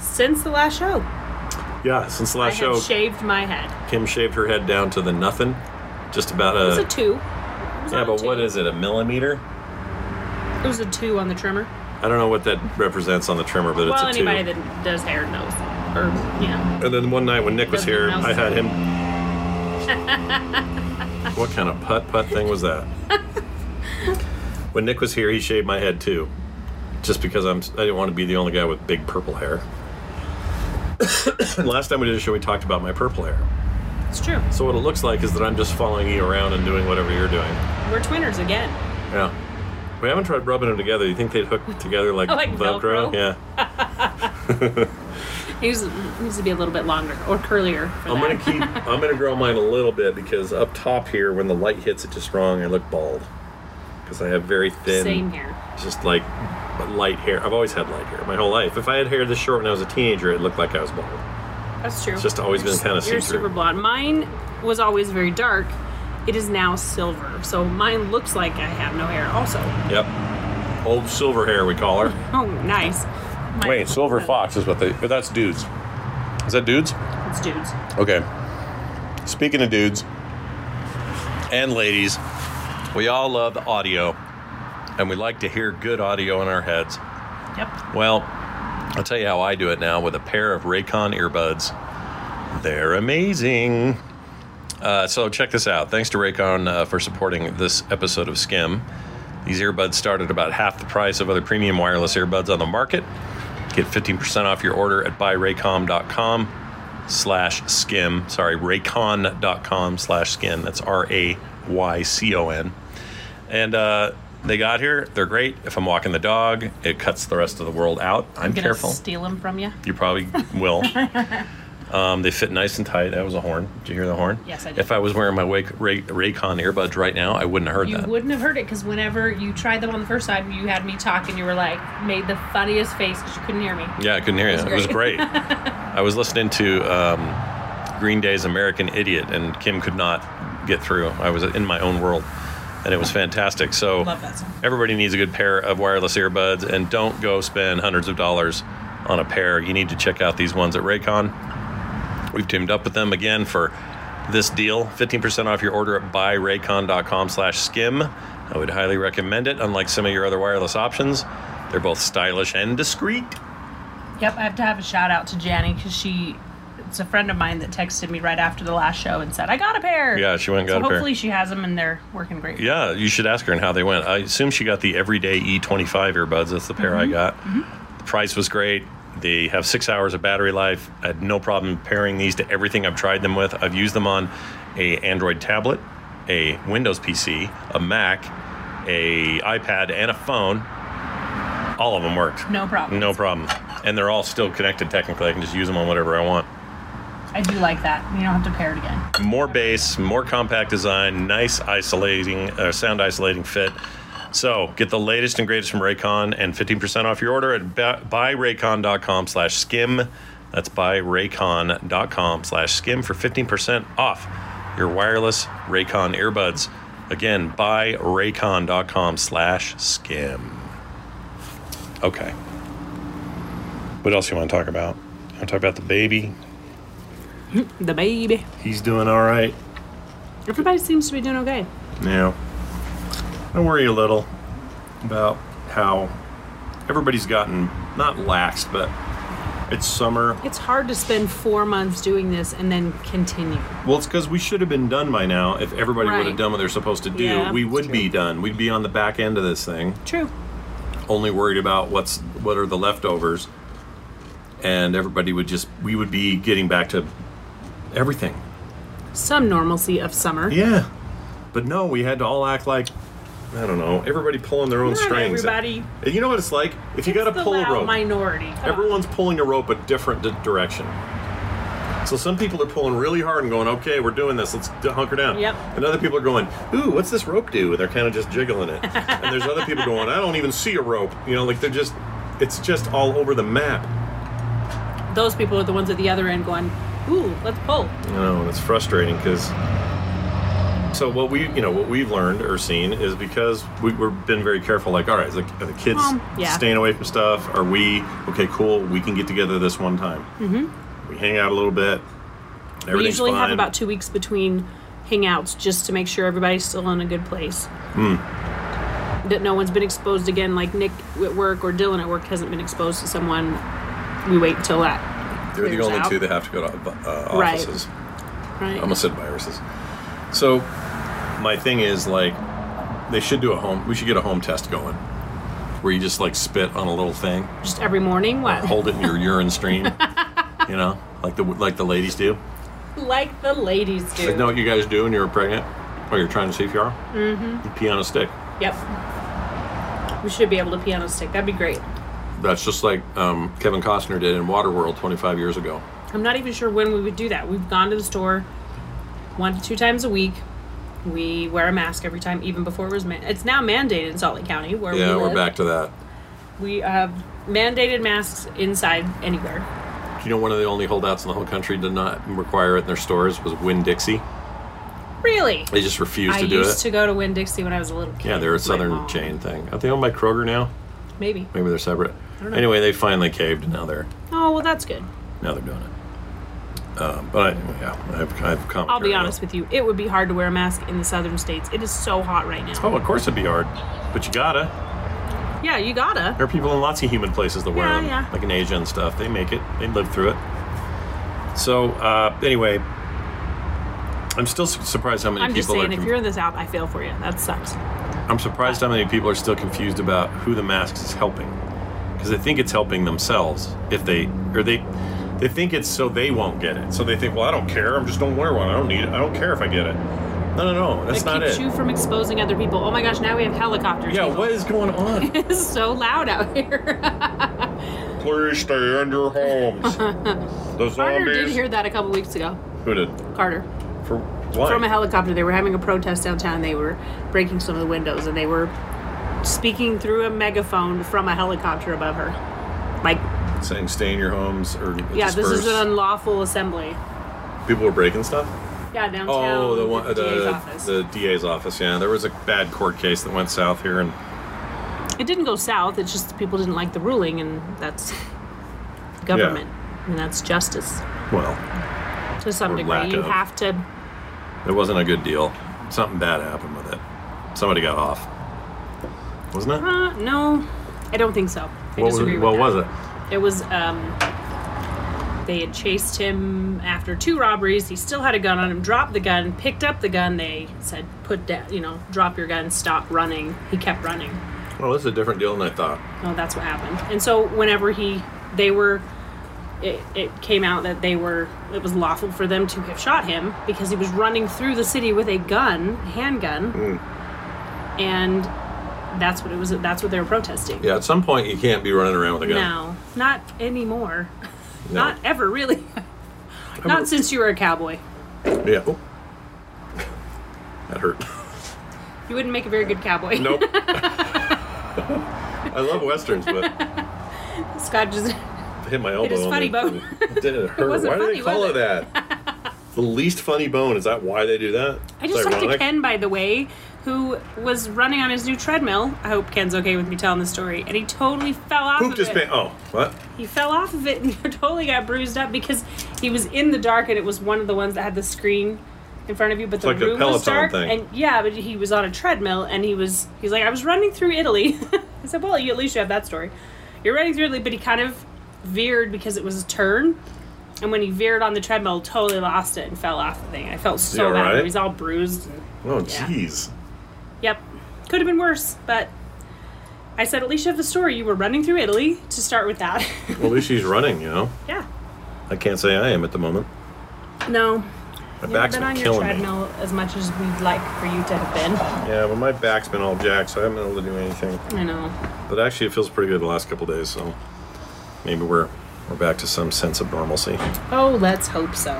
Speaker 2: since the last show,
Speaker 1: Yeah, since the
Speaker 2: I
Speaker 1: last
Speaker 2: have
Speaker 1: show,
Speaker 2: shaved my head.
Speaker 1: Kim shaved her head down to the nothing. Just about
Speaker 2: It was
Speaker 1: a,
Speaker 2: a two. It was
Speaker 1: Uh, yeah,
Speaker 2: not a
Speaker 1: but what
Speaker 2: two.
Speaker 1: is it? A millimeter?
Speaker 2: It was a two on the trimmer.
Speaker 1: I don't know what that represents on the trimmer, but
Speaker 2: well,
Speaker 1: it's a
Speaker 2: anybody
Speaker 1: two.
Speaker 2: that does hair knows, or you know,
Speaker 1: and then one night when Nick was
Speaker 2: Doesn't
Speaker 1: here,
Speaker 2: announce
Speaker 1: I had
Speaker 2: it.
Speaker 1: him. what kind of putt putt thing was that? when Nick was here, he shaved my head too, just because I'm. I didn't want to be the only guy with big purple hair. And Last time we did a show, we talked about my purple hair.
Speaker 2: it's true.
Speaker 1: So what it looks like is that I'm just following you around and doing whatever you're doing.
Speaker 2: We're twinners again.
Speaker 1: Yeah. We haven't tried rubbing them together. You think they'd hook together like,
Speaker 2: Like Velcro?
Speaker 1: Yeah.
Speaker 2: He needs, he needs to be a little bit longer or curlier. For
Speaker 1: I'm
Speaker 2: that.
Speaker 1: gonna keep. I'm gonna grow mine a little bit because up top here, when the light hits it just wrong, I look bald. Because I have very thin,
Speaker 2: Same here.
Speaker 1: just like light hair. I've always had light hair my whole life. If I had hair this short when I was a teenager, it looked like I was bald.
Speaker 2: That's true. It's
Speaker 1: just always been kinda
Speaker 2: You're
Speaker 1: see-through.
Speaker 2: super blonde. Mine was always very dark. It is now silver, so mine looks like I have no hair. Also,
Speaker 1: Yep. Old silver hair, we call her.
Speaker 2: oh nice. My-
Speaker 1: is what they. But that's dudes. Is that dudes?
Speaker 2: It's dudes.
Speaker 1: Okay. Speaking of dudes and ladies, we all love the audio and we like to hear good audio in our heads.
Speaker 2: Yep.
Speaker 1: Well, I'll tell you how I do it now with a pair of Raycon earbuds. They're amazing. Uh, so check this out. Thanks to Raycon uh, for supporting this episode of Skim. These earbuds start at about half the price of other premium wireless earbuds on the market. Get 15% off your order at buyraycom.com slash skim. Sorry, raycon.com slash skin. That's R-A-Y-C-O-N. And uh, they got here. They're great. If I'm walking the dog, it cuts the rest of the world out. I'm
Speaker 2: Gonna
Speaker 1: careful.
Speaker 2: steal them from you.
Speaker 1: You probably will. um, they fit nice and tight. That was a horn. Did you hear the horn?
Speaker 2: Yes, I did.
Speaker 1: If I was wearing my Ray- Ray- Raycon earbuds right now, I wouldn't have heard
Speaker 2: You
Speaker 1: that.
Speaker 2: wouldn't have heard it because whenever you tried them on the first time, you had me talk and you were like, made the funniest face because you couldn't hear me.
Speaker 1: Yeah, I couldn't hear you. It was
Speaker 2: was
Speaker 1: great. I was listening to um, Green Day's American Idiot, and Kim could not get through. I was in my own world, and it was fantastic. So,
Speaker 2: Love that song.
Speaker 1: everybody needs a good pair of wireless earbuds, and don't go spend hundreds of dollars on a pair. You need to check out these ones at Raycon. We've teamed up with them again for this deal 15% off your order at buyraycon.com slash skim i would highly recommend it unlike some of your other wireless options they're both stylish and discreet
Speaker 2: Yep, I have to have a shout out to Janny because she, it's a friend of mine that texted me right after the last show and said, I got a pair.
Speaker 1: Yeah, she went and
Speaker 2: so
Speaker 1: got a pair.
Speaker 2: Hopefully she has them and they're working great.
Speaker 1: Yeah, you should ask her and how they went. I assume she got the everyday E25 earbuds. That's the pair I got. The price was great. They have six hours of battery life. I had no problem pairing these to everything I've tried them with. I've used them on a Android tablet, a Windows PC, a Mac, a iPad, and a phone. All of them worked.
Speaker 2: No problem.
Speaker 1: No problem. And they're all still connected technically. I can just use them on whatever I want.
Speaker 2: I do like that. You don't have to pair it again.
Speaker 1: more bass, more compact design, nice isolating uh, sound isolating fit. So get the latest and greatest from Raycon and 15% off your order at ba- buyraycon.com slash skim. That's buyraycon.com slash skim for 15% off your wireless Raycon earbuds. Again, buyraycon.com slash skim. Okay. What else you want to talk about? You want to talk about the baby?
Speaker 2: The baby.
Speaker 1: He's doing all right.
Speaker 2: Everybody seems to be doing okay.
Speaker 1: Yeah. I worry a little about how everybody's gotten not lax, but it's summer.
Speaker 2: It's hard to spend four months doing this and then continue.
Speaker 1: Well, it's because we should have been done by now. If everybody would have
Speaker 2: Right.
Speaker 1: done what they're supposed to do,
Speaker 2: Yeah,
Speaker 1: we
Speaker 2: that's
Speaker 1: would be
Speaker 2: true.
Speaker 1: done. We'd be on the back end of this thing,
Speaker 2: True.
Speaker 1: only worried about what's what are the leftovers, and everybody would just we would be getting back to everything.
Speaker 2: some normalcy of summer.
Speaker 1: Yeah. But no, we had to all act like I don't know, everybody pulling their own
Speaker 2: Not
Speaker 1: strings.
Speaker 2: everybody.
Speaker 1: And you know what it's like? If you gotta
Speaker 2: It's the
Speaker 1: pull a
Speaker 2: loud
Speaker 1: rope.
Speaker 2: minority. Come on.
Speaker 1: Everyone's pulling a rope a different di- direction. So some people are pulling really hard and going, "Okay, we're doing this. Let's d- hunker down."
Speaker 2: Yep.
Speaker 1: And other people are going, "Ooh, what's this rope do?" And they're kind of just jiggling it. and there's other people going, "I don't even see a rope." You know, like they're just, it's just all over the map.
Speaker 2: Those people are the ones at the other end going, "Ooh, let's pull."
Speaker 1: You know, and it's frustrating because. So what we, you know, what we've learned or seen is because we, we've been very careful. Like, all right, like are the kids
Speaker 2: Um, yeah.
Speaker 1: staying away from stuff? Are we okay? Cool. We can get together this one time. Mm-hmm. We hang out a little bit.
Speaker 2: We
Speaker 1: Everything's
Speaker 2: usually have
Speaker 1: fine.
Speaker 2: about two weeks between hangouts just to make sure everybody's still in a good place.
Speaker 1: Hmm.
Speaker 2: That no one's been exposed again, like Nick at work or Dylan at work hasn't been exposed to someone. We wait till that,
Speaker 1: They're the
Speaker 2: clears
Speaker 1: only
Speaker 2: out.
Speaker 1: two that have to go to uh,
Speaker 2: Right.
Speaker 1: offices.
Speaker 2: right?
Speaker 1: I almost said viruses. So my thing is like they should do a home. We should get a home test going, where you just like spit on a little thing,
Speaker 2: Just every morning, what?
Speaker 1: hold it in your urine stream, you know, like the like the ladies do.
Speaker 2: like the ladies do.
Speaker 1: Like, know what you guys do when you're pregnant or you're trying to see if you are? Mm-hmm. You pee on a stick.
Speaker 2: Yep. We should be able to piano stick. That'd be great.
Speaker 1: That's just like um, Kevin Costner did in Waterworld 25 years ago.
Speaker 2: I'm not even sure when we would do that. We've gone to the store one to two times a week. We wear a mask every time, even before it was. Man- it's now mandated in Salt Lake County where
Speaker 1: yeah,
Speaker 2: we
Speaker 1: we're
Speaker 2: live.
Speaker 1: back to that.
Speaker 2: We have mandated masks inside anywhere.
Speaker 1: You know, one of the only holdouts in the whole country did not require it in their stores was Winn Dixie.
Speaker 2: Really?
Speaker 1: They just refused
Speaker 2: I
Speaker 1: to do
Speaker 2: used
Speaker 1: it.
Speaker 2: to go to Winn Dixie when I was a little kid.
Speaker 1: yeah, they're a
Speaker 2: with my
Speaker 1: Southern
Speaker 2: mom.
Speaker 1: chain thing. Are they owned by Kroger now?
Speaker 2: Maybe.
Speaker 1: Maybe they're separate.
Speaker 2: know.
Speaker 1: Anyway, they finally caved, and now they're
Speaker 2: Oh well, that's good.
Speaker 1: now they're doing it. Um, but I, yeah, I've I've come.
Speaker 2: I'll be honest with you. It would be hard to wear a mask in the Southern states. It is so hot right now.
Speaker 1: Oh, of course it'd be hard, but you gotta.
Speaker 2: Yeah, you gotta.
Speaker 1: Oh. There are people in lots of humid places that wear
Speaker 2: Yeah,
Speaker 1: them,
Speaker 2: yeah.
Speaker 1: like in Asia and stuff. They make it. They live through it. So uh, anyway, I'm still su- surprised how many
Speaker 2: I'm
Speaker 1: people
Speaker 2: just saying,
Speaker 1: are.
Speaker 2: if
Speaker 1: conf-
Speaker 2: you're in the South, I feel for you. That sucks.
Speaker 1: I'm surprised how many people are still confused about who the masks is helping, because they think it's helping themselves if they or they they think it's so they won't get it. So they think, well, I don't care. I'm just don't wear one. I don't need it. I don't care if I get it. No, no, no. That's
Speaker 2: that
Speaker 1: not
Speaker 2: keeps
Speaker 1: it.
Speaker 2: you from exposing other people. Oh my gosh, now we have helicopters.
Speaker 1: yeah,
Speaker 2: people.
Speaker 1: what is going on?
Speaker 2: It's so loud out here.
Speaker 1: Please stay in your homes. The
Speaker 2: Carter
Speaker 1: zombies.
Speaker 2: did hear that a couple weeks ago.
Speaker 1: Who did?
Speaker 2: Carter.
Speaker 1: For why?
Speaker 2: From a helicopter, they were having a protest downtown. They were breaking some of the windows and they were speaking through a megaphone from a helicopter above her. Like,
Speaker 1: saying stay in your homes or
Speaker 2: yeah,
Speaker 1: disperse.
Speaker 2: this is an unlawful assembly.
Speaker 1: people were breaking stuff.
Speaker 2: Yeah, downtown.
Speaker 1: Oh, the one,
Speaker 2: the,
Speaker 1: the,
Speaker 2: DA's office.
Speaker 1: the DA's office. Yeah, there was a bad court case that went south here, and
Speaker 2: it didn't go south. It's just people didn't like the ruling, and that's government, and that's justice
Speaker 1: well,
Speaker 2: to some
Speaker 1: Or
Speaker 2: degree.
Speaker 1: lack
Speaker 2: You
Speaker 1: of.
Speaker 2: have to
Speaker 1: it wasn't a good deal. Something bad happened with it. Somebody got off, wasn't it?
Speaker 2: Uh, no, I don't think so. I
Speaker 1: what was it?
Speaker 2: disagree with
Speaker 1: What was
Speaker 2: that.
Speaker 1: it?
Speaker 2: It was um, they had chased him after two robberies. He still had a gun on him. Dropped the gun, picked up the gun. They said, "Put down, you know, drop your gun, stop running." He kept running.
Speaker 1: Well, this is a different deal than I thought.
Speaker 2: No, that's what happened. And so whenever he, they were. It, it came out that they were it was lawful for them to have shot him because he was running through the city with a gun handgun and that's what it was that's what they were protesting
Speaker 1: Yeah, at some point you can't be running around with a gun.
Speaker 2: No, not anymore.
Speaker 1: No.
Speaker 2: Not ever, really. not since you were a cowboy.
Speaker 1: Yeah. Oh. that hurt.
Speaker 2: You wouldn't make a very good cowboy.
Speaker 1: Nope. I love westerns, but.
Speaker 2: Scott just.
Speaker 1: hit my elbow.
Speaker 2: is
Speaker 1: on
Speaker 2: funny
Speaker 1: the-
Speaker 2: bone.
Speaker 1: It didn't hurt.
Speaker 2: wasn't
Speaker 1: why do
Speaker 2: funny,
Speaker 1: they call
Speaker 2: was
Speaker 1: it,
Speaker 2: it?
Speaker 1: that? the least funny bone. Is that why they do that?
Speaker 2: I just
Speaker 1: it's
Speaker 2: talked to
Speaker 1: ironic.
Speaker 2: Ken, by the way, who was running on his new treadmill. I hope Ken's okay with me telling the story. And he totally fell off
Speaker 1: Pooped
Speaker 2: of
Speaker 1: his
Speaker 2: it.
Speaker 1: pants. Oh, what?
Speaker 2: He fell off of it and totally got bruised up because he was in the dark and it was one of the ones that had the screen in front of you, but the
Speaker 1: like a
Speaker 2: room was
Speaker 1: Peloton
Speaker 2: dark.
Speaker 1: thing.
Speaker 2: And yeah, but he was on a treadmill and he was he's like, I was running through Italy. I said, Well, you at least you have that story. You're running through Italy, but he kind of veered because it was a turn. And when he veered on the treadmill, totally lost it and fell off the thing. I felt so
Speaker 1: all
Speaker 2: bad.
Speaker 1: right?
Speaker 2: He was all bruised. and-
Speaker 1: Oh, jeez.
Speaker 2: Yep. Could have been worse, but I said, at least you have the story. You were running through Italy to start with that.
Speaker 1: Well, at least she's running. You know,
Speaker 2: yeah.
Speaker 1: I can't say I am at the moment.
Speaker 2: No.
Speaker 1: My
Speaker 2: You've
Speaker 1: back's
Speaker 2: been
Speaker 1: been
Speaker 2: on your
Speaker 1: killing me.
Speaker 2: treadmill as much as we'd like for you to have been.
Speaker 1: Yeah, but my back's been all jacked, so I haven't been able to do anything.
Speaker 2: I know.
Speaker 1: But actually, it feels pretty good the last couple days, so maybe we're we're back to some sense of normalcy.
Speaker 2: Oh, let's hope so.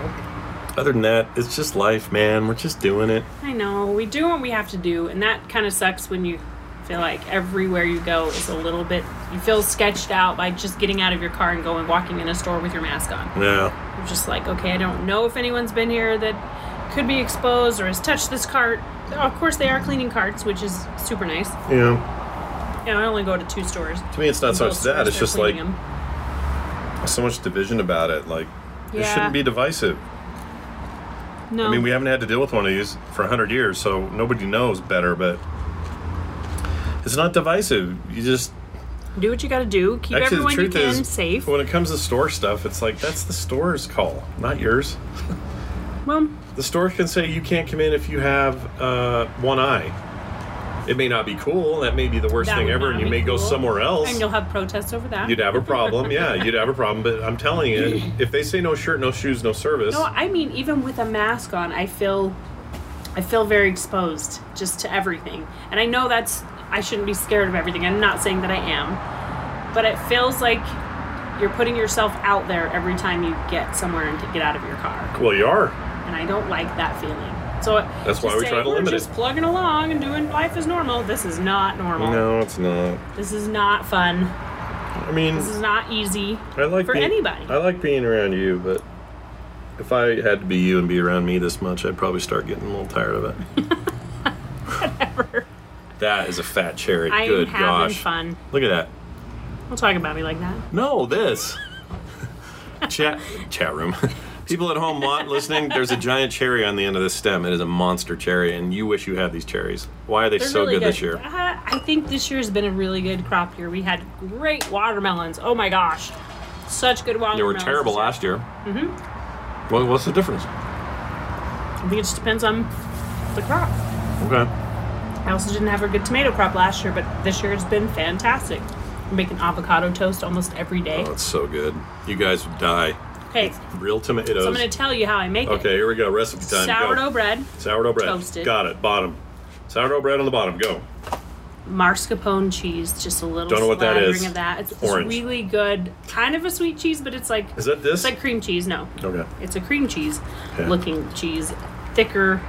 Speaker 1: Other than that, it's just life, man. We're just doing it.
Speaker 2: I know. We do what we have to do, and that kind of sucks when you feel like everywhere you go is a little bit. You feel sketched out by just getting out of your car and going walking in a store with your mask on.
Speaker 1: Yeah,
Speaker 2: You're just like, okay, I don't know if anyone's been here that could be exposed or has touched this cart. Oh, of course, they are cleaning carts, which is super nice.
Speaker 1: yeah.
Speaker 2: You know, I only go to two stores.
Speaker 1: To me, it's not so
Speaker 2: Both
Speaker 1: much that.
Speaker 2: stores,
Speaker 1: It's
Speaker 2: they're
Speaker 1: just like
Speaker 2: cleaning 'em.
Speaker 1: so much division about it. Like it
Speaker 2: Yeah. Um,
Speaker 1: shouldn't be divisive.
Speaker 2: no.
Speaker 1: I mean, we haven't had to deal with one of these for 100 years, so nobody knows better, but it's not divisive. You just.
Speaker 2: do what you got to do. Keep
Speaker 1: actually, the
Speaker 2: everyone you
Speaker 1: truth
Speaker 2: can
Speaker 1: is,
Speaker 2: safe.
Speaker 1: when it comes to store stuff, it's like that's the store's call, not yours.
Speaker 2: Well,
Speaker 1: The store can say you can't come in if you have uh, one eye. It may not be cool. That may be the worst
Speaker 2: that
Speaker 1: thing
Speaker 2: would
Speaker 1: ever,
Speaker 2: not
Speaker 1: and you
Speaker 2: be
Speaker 1: may go
Speaker 2: cool.
Speaker 1: somewhere else.
Speaker 2: And you'll have protests over that.
Speaker 1: You'd have a problem. Yeah, you'd have a problem. But I'm telling you, if they say no shirt, no shoes, no service,
Speaker 2: No, I mean even with a mask on, I feel I feel very exposed just to everything. And I know that's I shouldn't be scared of everything. I'm not saying that I am. But it feels like you're putting yourself out there every time you get somewhere and to get out of your car.
Speaker 1: well, you are.
Speaker 2: And I don't like that feeling. So
Speaker 1: That's why we try to
Speaker 2: We're
Speaker 1: limit it."
Speaker 2: just plugging along and doing life as normal. This is not normal.
Speaker 1: it's not.
Speaker 2: This is not fun.
Speaker 1: I mean,
Speaker 2: This is not easy
Speaker 1: I like
Speaker 2: for
Speaker 1: being,
Speaker 2: anybody.
Speaker 1: I like being around you, but if I had to be you and be around me this much, I'd probably start getting a little tired of it.
Speaker 2: Whatever.
Speaker 1: That is a fat cherry.
Speaker 2: I am
Speaker 1: Good
Speaker 2: having
Speaker 1: gosh!
Speaker 2: fun.
Speaker 1: Look at that.
Speaker 2: Don't talk about me like that.
Speaker 1: No, this chat chat room. People at home lot listening, there's a giant cherry on the end of this stem. It is a monster cherry, and you wish you had these cherries. Why are they
Speaker 2: They're
Speaker 1: so
Speaker 2: really
Speaker 1: good, this year?
Speaker 2: Uh, I think this year has been a really good crop year. We had great watermelons. Oh my gosh, such good watermelons.
Speaker 1: They were terrible
Speaker 2: this
Speaker 1: last year. Mm-hmm. Well, what's the difference?
Speaker 2: year. I think it just depends on the crop.
Speaker 1: Okay.
Speaker 2: I also didn't have a good tomato crop last year, but this year has been fantastic. I'm making avocado toast almost every day.
Speaker 1: Oh, it's so good. You guys would die.
Speaker 2: Okay, so
Speaker 1: Real tomatoes.
Speaker 2: I'm going to tell you how I make
Speaker 1: okay, here we go. Recipe
Speaker 2: it.
Speaker 1: time. Go.
Speaker 2: Sourdough bread,
Speaker 1: Sourdough bread.
Speaker 2: Toasted.
Speaker 1: Got it. Bottom. Sourdough bread on the bottom. Go.
Speaker 2: mascarpone cheese, just a little
Speaker 1: Don't know what that
Speaker 2: slathering
Speaker 1: is.
Speaker 2: of that. It's, it's
Speaker 1: Orange.
Speaker 2: really good, kind of a sweet cheese, but it's like
Speaker 1: Is that this?
Speaker 2: it's like cream cheese. No,
Speaker 1: okay.
Speaker 2: It's a cream cheese
Speaker 1: Okay.
Speaker 2: looking cheese, thicker.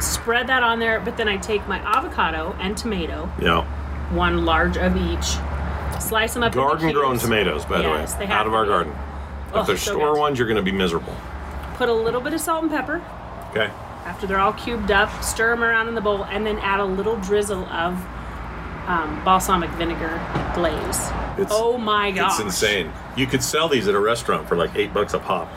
Speaker 2: Spread that on there, but then I take my avocado and tomato,
Speaker 1: Yeah.
Speaker 2: one large of each, slice them up. into
Speaker 1: Garden grown
Speaker 2: cubes.
Speaker 1: tomatoes, by
Speaker 2: Yes,
Speaker 1: the
Speaker 2: they
Speaker 1: way.
Speaker 2: have
Speaker 1: Out of
Speaker 2: to
Speaker 1: our
Speaker 2: be.
Speaker 1: garden.
Speaker 2: Oh,
Speaker 1: if they're
Speaker 2: so
Speaker 1: store
Speaker 2: good.
Speaker 1: ones, you're going to be miserable.
Speaker 2: Put a little bit of salt and pepper
Speaker 1: Okay.
Speaker 2: after they're all cubed up. Stir them around in the bowl, and then add a little drizzle of um, balsamic vinegar glaze.
Speaker 1: It's-
Speaker 2: oh my god!
Speaker 1: It's insane. You could sell these at a restaurant for like eight bucks a pop.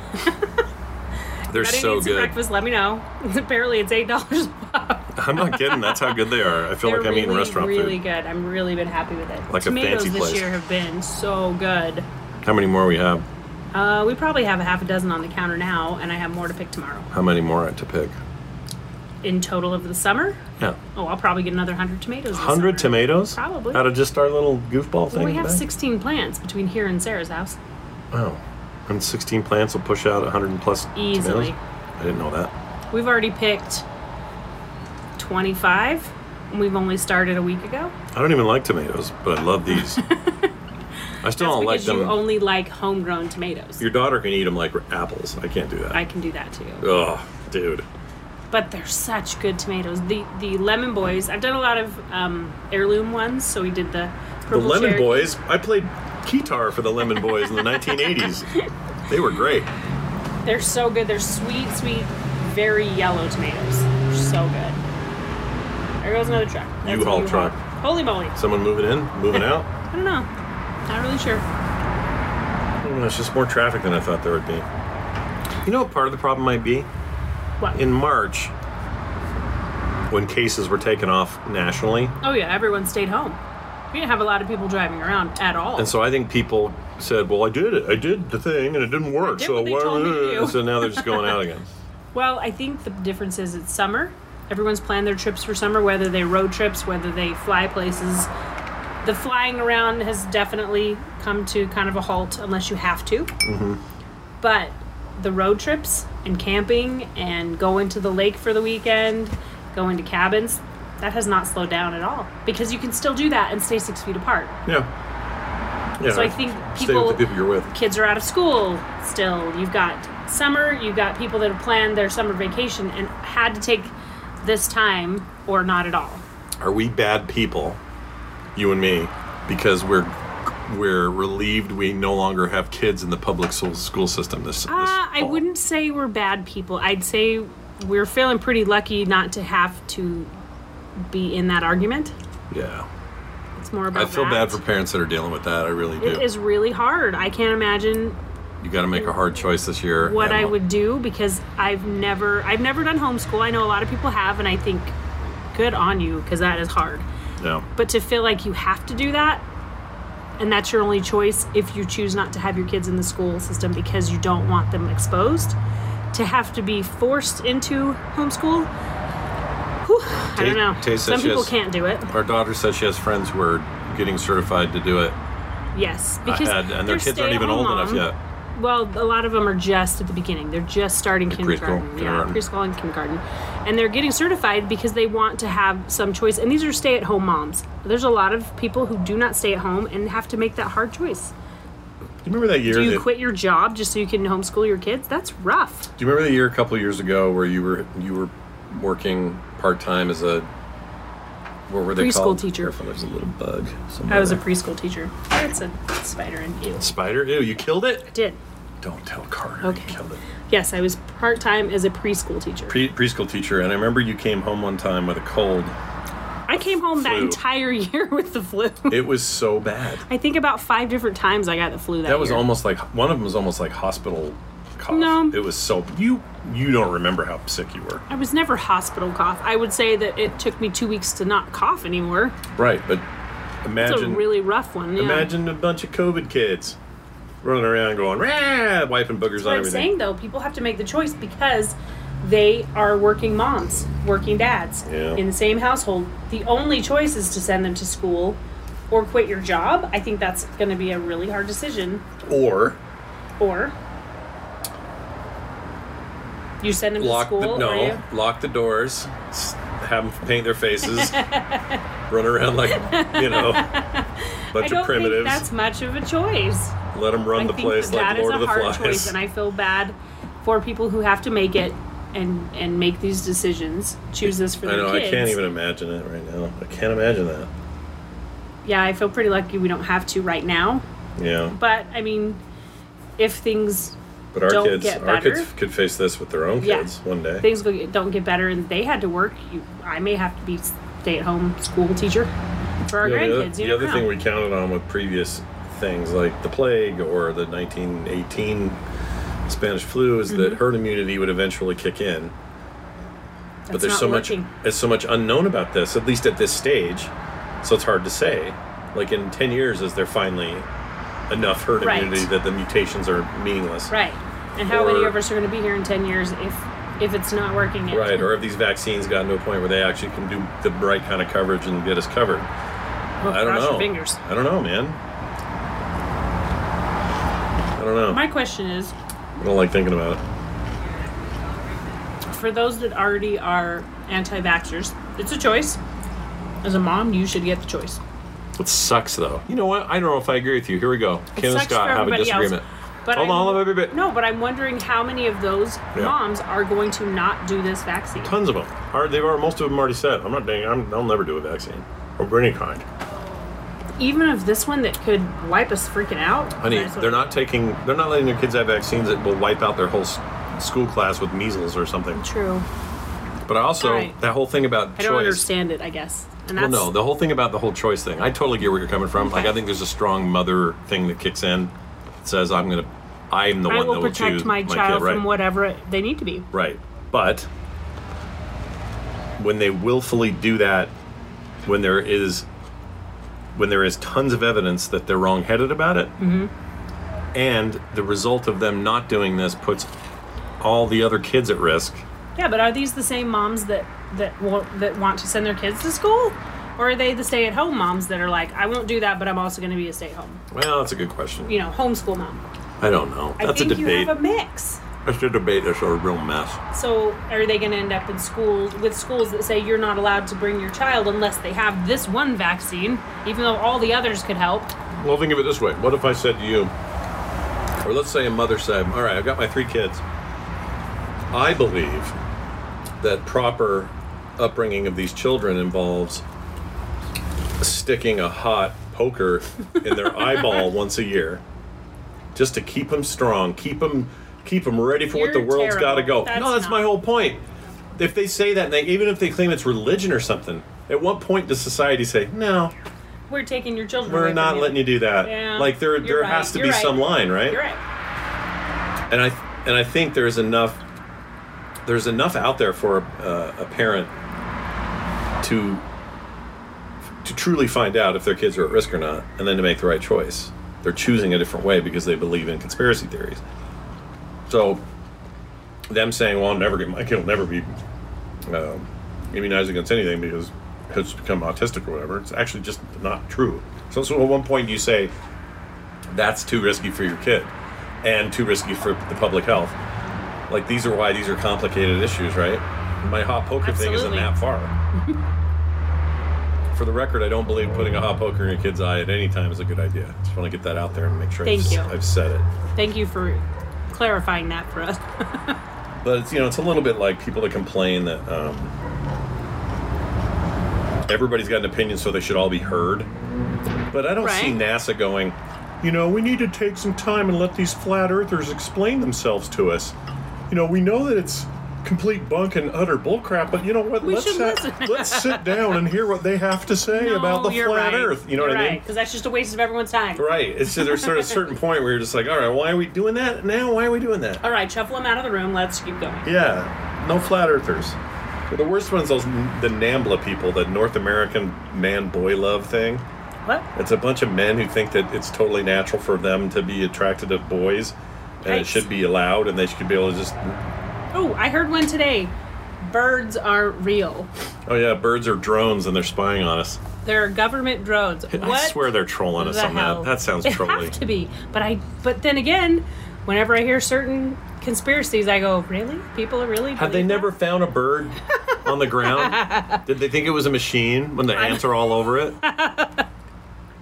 Speaker 1: They're
Speaker 2: I didn't
Speaker 1: so
Speaker 2: eat some
Speaker 1: good.
Speaker 2: breakfast. Let me know. Apparently, it's eight dollars.
Speaker 1: I'm not kidding. That's how good they are. I feel
Speaker 2: They're
Speaker 1: like I'm
Speaker 2: really,
Speaker 1: eating restaurant
Speaker 2: really
Speaker 1: food.
Speaker 2: good. I'm really been happy with it.
Speaker 1: Like a
Speaker 2: Tomatoes
Speaker 1: fancy
Speaker 2: this
Speaker 1: place.
Speaker 2: year have been so good.
Speaker 1: How many more we have?
Speaker 2: Uh, we probably have a half a dozen on the counter now, and I have more to pick tomorrow.
Speaker 1: How many more to pick?
Speaker 2: In total of the summer,
Speaker 1: Yeah.
Speaker 2: oh, I'll probably get another hundred tomatoes. this
Speaker 1: Hundred
Speaker 2: summer.
Speaker 1: tomatoes?
Speaker 2: Probably.
Speaker 1: Out of just our little goofball
Speaker 2: Well,
Speaker 1: thing.
Speaker 2: we have
Speaker 1: back?
Speaker 2: sixteen plants between here and Sarah's house.
Speaker 1: Wow. And 16 plants will push out 100 and plus
Speaker 2: Easily.
Speaker 1: tomatoes? I didn't know that.
Speaker 2: We've already picked twenty-five, and we've only started a week ago.
Speaker 1: I don't even like tomatoes, but I love these. I still
Speaker 2: That's
Speaker 1: don't like
Speaker 2: because
Speaker 1: them.
Speaker 2: you only like homegrown tomatoes.
Speaker 1: Your daughter can eat them like apples. I can't do that.
Speaker 2: I can do that too.
Speaker 1: Ugh, dude.
Speaker 2: but they're such good tomatoes. The the lemon boys. I've done a lot of um, heirloom ones, so we did the
Speaker 1: The
Speaker 2: purple
Speaker 1: Lemon
Speaker 2: cherry-
Speaker 1: Boys. I played guitar for the Lemon Boys in the 1980s. They were great.
Speaker 2: They're so good. They're sweet, sweet, very yellow tomatoes. They're so good. There goes another truck. That's a
Speaker 1: U-Haul
Speaker 2: U-Haul.
Speaker 1: truck.
Speaker 2: Holy moly!
Speaker 1: Someone moving in, moving out.
Speaker 2: I don't know. Not really sure.
Speaker 1: I don't know, It's just more traffic than I thought there would be. You know what part of the problem might be?
Speaker 2: What?
Speaker 1: In March, when cases were taken off nationally,
Speaker 2: oh yeah, everyone stayed home. We didn't have a lot of people driving around at all.
Speaker 1: And so I think people said, "Well, I did it. I did the thing, and it didn't work.
Speaker 2: did
Speaker 1: so
Speaker 2: what they told me to
Speaker 1: why?"
Speaker 2: do.
Speaker 1: So now they're just going out again.
Speaker 2: Well, I think the difference is it's summer. Everyone's planned their trips for summer, whether they road trips, whether they fly places. The flying around has definitely come to kind of a halt unless you have to. But the road trips and camping and going to the lake for the weekend, going to cabins, that has not slowed down at all because you can still do that and stay six feet apart.
Speaker 1: Yeah. Yeah.
Speaker 2: So I think
Speaker 1: stay with
Speaker 2: people-
Speaker 1: the people you're with.
Speaker 2: Kids are out of school still. You've got summer, you've got people that have planned their summer vacation and had to take this time or not at all.
Speaker 1: Are we bad people, you and me, because we're we're relieved we no longer have kids in the public school, school system this, this
Speaker 2: Uh, I
Speaker 1: fall?
Speaker 2: wouldn't say we're bad people. I'd say we're feeling pretty lucky not to have to be in that argument.
Speaker 1: Yeah.
Speaker 2: It's more about
Speaker 1: I feel
Speaker 2: that.
Speaker 1: bad for parents that are dealing with that. I really do.
Speaker 2: It is really hard. I can't imagine
Speaker 1: you got to make a hard choice this year.
Speaker 2: what
Speaker 1: and-
Speaker 2: I would do because I've never I've never done homeschool. I know a lot of people have and I think good on you because that is hard.
Speaker 1: Yeah.
Speaker 2: But to feel like you have to do that and that's your only choice if you choose not to have your kids in the school system because you don't want them exposed to have to be forced into homeschool. whew, I
Speaker 1: Ta-
Speaker 2: don't know.
Speaker 1: taste
Speaker 2: Some
Speaker 1: such
Speaker 2: people
Speaker 1: as-
Speaker 2: can't do it.
Speaker 1: Our daughter says she has friends who are getting certified to do it.
Speaker 2: Yes, because
Speaker 1: had- and their
Speaker 2: they're
Speaker 1: kids aren't even
Speaker 2: stay-at-home
Speaker 1: old enough
Speaker 2: mom.
Speaker 1: yet.
Speaker 2: Well, a lot of them are just at the beginning. They're just starting kindergarten.
Speaker 1: preschool,
Speaker 2: yeah,
Speaker 1: kindergarten.
Speaker 2: preschool and kindergarten, and they're getting certified because they want to have some choice. And these are stay-at-home moms. There's a lot of people who do not stay at home and have to make that hard choice.
Speaker 1: Do you remember that year?
Speaker 2: Do you
Speaker 1: that-
Speaker 2: quit your job just so you can homeschool your kids? That's rough.
Speaker 1: Do you remember the year a couple of years ago where you were you were working part time as a what were they
Speaker 2: Preschool
Speaker 1: called?
Speaker 2: teacher.
Speaker 1: Careful, there's a little bug. somewhere
Speaker 2: I was a
Speaker 1: there.
Speaker 2: preschool teacher. That's a spider in you.
Speaker 1: spider. Ew, you killed it.
Speaker 2: Did
Speaker 1: Don't tell Carter
Speaker 2: Okay.
Speaker 1: you killed it.
Speaker 2: yes, I was part time as a preschool teacher.
Speaker 1: Pre- preschool teacher, and I remember you came home one time with a cold.
Speaker 2: I came home that
Speaker 1: Flu.
Speaker 2: entire year with the flu.
Speaker 1: It was so bad.
Speaker 2: I think about five different times I got the flu that,
Speaker 1: That was
Speaker 2: year.
Speaker 1: almost like one of them was almost like hospital cough.
Speaker 2: No.
Speaker 1: it was so you you don't remember how sick you were,
Speaker 2: I was never hospital cough. I would say that it took me two weeks to not cough anymore.
Speaker 1: right? But
Speaker 2: It's a
Speaker 1: imagine
Speaker 2: really rough one. Yeah.
Speaker 1: imagine a bunch of COVID kids running around going rah, wiping boogers
Speaker 2: what
Speaker 1: on
Speaker 2: I'm
Speaker 1: everything.
Speaker 2: saying though, people have to make the choice because they are working moms, working dads
Speaker 1: Yeah.
Speaker 2: in the same household. The only choice is to send them to school or quit your job. I think that's going to be a really hard decision.
Speaker 1: or
Speaker 2: Or you send them
Speaker 1: lock
Speaker 2: to school.
Speaker 1: the
Speaker 2: or
Speaker 1: no,
Speaker 2: you-
Speaker 1: lock the doors, s- have them paint their faces, run around like you know,
Speaker 2: I
Speaker 1: bunch
Speaker 2: don't
Speaker 1: of primitives.
Speaker 2: think that's much of a choice.
Speaker 1: Let them run
Speaker 2: I
Speaker 1: the
Speaker 2: think
Speaker 1: place
Speaker 2: that
Speaker 1: like
Speaker 2: that is
Speaker 1: Lord of
Speaker 2: a
Speaker 1: the
Speaker 2: hard
Speaker 1: Flies.
Speaker 2: choice, and I feel bad for people who have to make it and and make these decisions, choose this for
Speaker 1: I
Speaker 2: their
Speaker 1: know.
Speaker 2: kids.
Speaker 1: I can't even imagine it right now. I can't imagine that.
Speaker 2: Yeah, I feel pretty lucky we don't have to right now.
Speaker 1: Yeah, but,
Speaker 2: But I mean, if things
Speaker 1: our
Speaker 2: don't
Speaker 1: kids,
Speaker 2: get
Speaker 1: our kids
Speaker 2: better.
Speaker 1: could face this with their own
Speaker 2: Yeah.
Speaker 1: kids one day.
Speaker 2: things go, don't get better and they had to work, you, I may have to be stay at home school teacher for our
Speaker 1: Yeah, the other,
Speaker 2: grandkids. you
Speaker 1: the
Speaker 2: never
Speaker 1: other
Speaker 2: know.
Speaker 1: thing we counted on with previous things like the plague or the 1918 Spanish flu is
Speaker 2: Mm-hmm.
Speaker 1: that herd immunity would eventually kick in. but
Speaker 2: That's
Speaker 1: there's
Speaker 2: not
Speaker 1: so
Speaker 2: working.
Speaker 1: much there's so much unknown about this at least at this stage so it's hard to say like in 10 years is there finally enough herd
Speaker 2: Right.
Speaker 1: immunity that the mutations are meaningless
Speaker 2: right? And how many
Speaker 1: or-
Speaker 2: of us are going to be here in ten years if if it's not working? yet?
Speaker 1: Right, or have these vaccines gotten to a point where they actually can do the right kind of coverage and get us covered
Speaker 2: Well,
Speaker 1: i don't
Speaker 2: cross
Speaker 1: know
Speaker 2: Your fingers.
Speaker 1: i don't know man i don't know
Speaker 2: My question is,
Speaker 1: i don't like thinking about it
Speaker 2: for those that already are anti-vaxxers, it's a choice. As a mom, you should get the choice.
Speaker 1: It sucks, though. You know what? I don't know if I agree with you. Here we go.
Speaker 2: It
Speaker 1: Ken and
Speaker 2: sucks
Speaker 1: Scott
Speaker 2: for
Speaker 1: have a
Speaker 2: everybody else,
Speaker 1: disagreement.
Speaker 2: But
Speaker 1: Hold
Speaker 2: I'm-
Speaker 1: on, hold on, wait, wait, wait.
Speaker 2: No, but I'm wondering how many of those
Speaker 1: Yeah.
Speaker 2: moms are going to not do this vaccine.
Speaker 1: Tons of them. Are, they've already, most of them already said, "I'm not doing. I'm, I'll never do a vaccine or any kind."
Speaker 2: Even of this one that could wipe us freaking out.
Speaker 1: Honey,
Speaker 2: That's what-
Speaker 1: they're not taking. They're not letting their kids have vaccines that will wipe out their whole s- school class with measles or something.
Speaker 2: true.
Speaker 1: But I also
Speaker 2: Right.
Speaker 1: that whole thing about
Speaker 2: I
Speaker 1: choice.
Speaker 2: don't understand it. I guess. And
Speaker 1: Well,
Speaker 2: that's,
Speaker 1: no, the whole thing about the whole choice thing. I totally get where you're coming from. Like, I think there's a strong mother thing that kicks in, that says, "I'm gonna, I'm the
Speaker 2: I
Speaker 1: one
Speaker 2: will
Speaker 1: that will
Speaker 2: protect
Speaker 1: choose
Speaker 2: my
Speaker 1: kid,
Speaker 2: child
Speaker 1: right.
Speaker 2: from whatever it- they need to be.
Speaker 1: Right. But when they willfully do that, when there is when there is tons of evidence that they're wrong-headed about it,
Speaker 2: Mm-hmm.
Speaker 1: and the result of them not doing this puts all the other kids at risk.
Speaker 2: Yeah, but are these the same moms that that will, that want to send their kids to school, or are they the stay-at-home moms that are like, I won't do that, but I'm also going to be a stay-at-home,
Speaker 1: Well, that's a good question.
Speaker 2: you know, homeschool mom?
Speaker 1: I don't know. That's
Speaker 2: I think
Speaker 1: a debate.
Speaker 2: you have a mix.
Speaker 1: It's a debate. It's a real mess.
Speaker 2: So are they going to end up in schools with schools that say you're not allowed to bring your child unless they have this one vaccine, even though all the others could help?
Speaker 1: Well, think of it this way. What if I said to you, or let's say a mother said, All right, I've got my three kids. I believe that proper upbringing of these children involves sticking a hot poker in their eyeball once a year just to keep them strong, keep them, keep them ready for what the
Speaker 2: You're
Speaker 1: world's got to
Speaker 2: terrible.
Speaker 1: go.
Speaker 2: That's
Speaker 1: no, that's my
Speaker 2: not-
Speaker 1: whole point. If they say that, and they, even if they claim it's religion or something, at what point does society say, No,
Speaker 2: We're taking your children.
Speaker 1: we're
Speaker 2: away
Speaker 1: not
Speaker 2: from
Speaker 1: letting you do that.
Speaker 2: Yeah,
Speaker 1: like there,
Speaker 2: you're
Speaker 1: there
Speaker 2: right,
Speaker 1: has to
Speaker 2: you're
Speaker 1: be
Speaker 2: right.
Speaker 1: some line, right?
Speaker 2: You're right.
Speaker 1: And I, and I think there's enough, there's enough out there for uh, a parent to, to truly find out if their kids are at risk or not, and then to make the right choice. They're choosing a different way because they believe in conspiracy theories. So, them saying, "Well, I'll never get my kid will never be um, immunized against anything because it's become autistic or whatever," it's actually just not true. So, so at one point you say, that's too risky for your kid and too risky for the public health. Like these are why these are complicated issues, right? My hot poker thing isn't
Speaker 2: Absolutely.
Speaker 1: that far. for the record, I don't believe putting a hot poker in your kid's eye at any time is a good idea. Just want to get that out there and make sure
Speaker 2: Thank
Speaker 1: I've,
Speaker 2: you.
Speaker 1: I've said it.
Speaker 2: Thank you for clarifying that for us.
Speaker 1: But it's, you know, it's a little bit like people that complain that um, everybody's got an opinion, so they should all be heard. But I don't see
Speaker 2: Right.
Speaker 1: NASA going. You know, we need to take some time and let these flat earthers explain themselves to us. You know, we know that it's complete bunk and utter bullcrap, but you know what?
Speaker 2: We
Speaker 1: let's
Speaker 2: should
Speaker 1: ha-
Speaker 2: listen."
Speaker 1: let's sit down and hear what they have to say about the
Speaker 2: you're
Speaker 1: flat
Speaker 2: right.
Speaker 1: Earth. You know
Speaker 2: You're
Speaker 1: what I
Speaker 2: right,
Speaker 1: mean?
Speaker 2: Because that's just a waste of everyone's time.
Speaker 1: Right. It's just, there's sort of a certain point where you're just like, all right, why are we doing that now? Why are we doing that?
Speaker 2: All right, shuffle them out of the room. Let's keep going.
Speaker 1: Yeah, no flat earthers. The worst one's those the Nambla people, the North American man boy love thing.
Speaker 2: What?
Speaker 1: It's a bunch of men who think that it's totally natural for them to be attracted to boys, and it
Speaker 2: Yikes.
Speaker 1: should be allowed, and they should be able to just.
Speaker 2: Oh, I heard one today. Birds are real.
Speaker 1: Oh yeah, birds are drones, and they're spying on us.
Speaker 2: There are government drones. What?
Speaker 1: I swear they're trolling us
Speaker 2: the
Speaker 1: on
Speaker 2: hell?
Speaker 1: that. That sounds
Speaker 2: they
Speaker 1: trolly.
Speaker 2: have to be, but I. But then again, whenever I hear certain conspiracies, I go, "Really? People are really?
Speaker 1: Have they
Speaker 2: believe that?"
Speaker 1: never found a bird on the ground? Did they think it was a machine when the ants are all over it?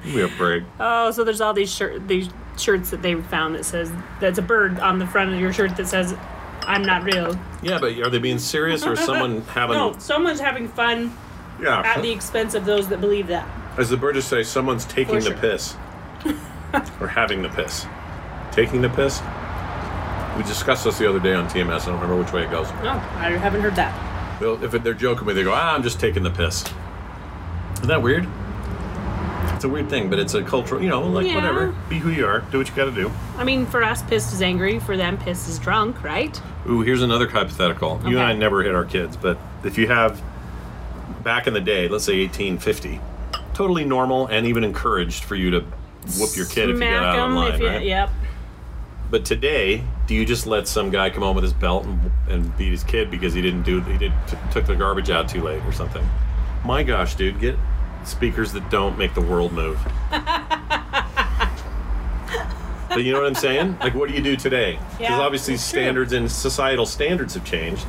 Speaker 1: Give me a break.
Speaker 2: Oh, so there's all these shirt, these shirts that they found that says that's a bird on the front of your shirt that says, "I'm not real."
Speaker 1: Yeah, but are they being serious or is someone having?
Speaker 2: No, someone's having fun
Speaker 1: yeah.
Speaker 2: at the expense of those that believe that.
Speaker 1: As the British say, someone's taking
Speaker 2: For
Speaker 1: the
Speaker 2: sure.
Speaker 1: piss or having the piss. Taking the piss. We discussed this the other day on TMS. I don't remember which way it goes.
Speaker 2: No, I haven't heard that.
Speaker 1: They'll, if they're joking with, you, they go, "Ah, I'm just taking the piss." Isn't that weird? It's a weird thing, but it's a cultural. You know, like
Speaker 2: Yeah.
Speaker 1: whatever. Be who you are. Do what you got to do.
Speaker 2: I mean, for us, pissed is angry. For them, pissed is drunk, right?
Speaker 1: Ooh, here's another hypothetical. You and
Speaker 2: Okay.
Speaker 1: I never hit our kids, but if you have back in the day, let's say 1850, totally normal and even encouraged for you to whoop your kid if you got out online, right?
Speaker 2: Yep.
Speaker 1: But today, do you just let some guy come home with his belt and, and beat his kid because he didn't do he did t- took the garbage out too late or something? My gosh, dude, get speakers that don't make the world move. but you know what I'm saying? Like, what do you do today? Because
Speaker 2: Yeah,
Speaker 1: obviously,
Speaker 2: it's true.
Speaker 1: standards and societal standards have changed.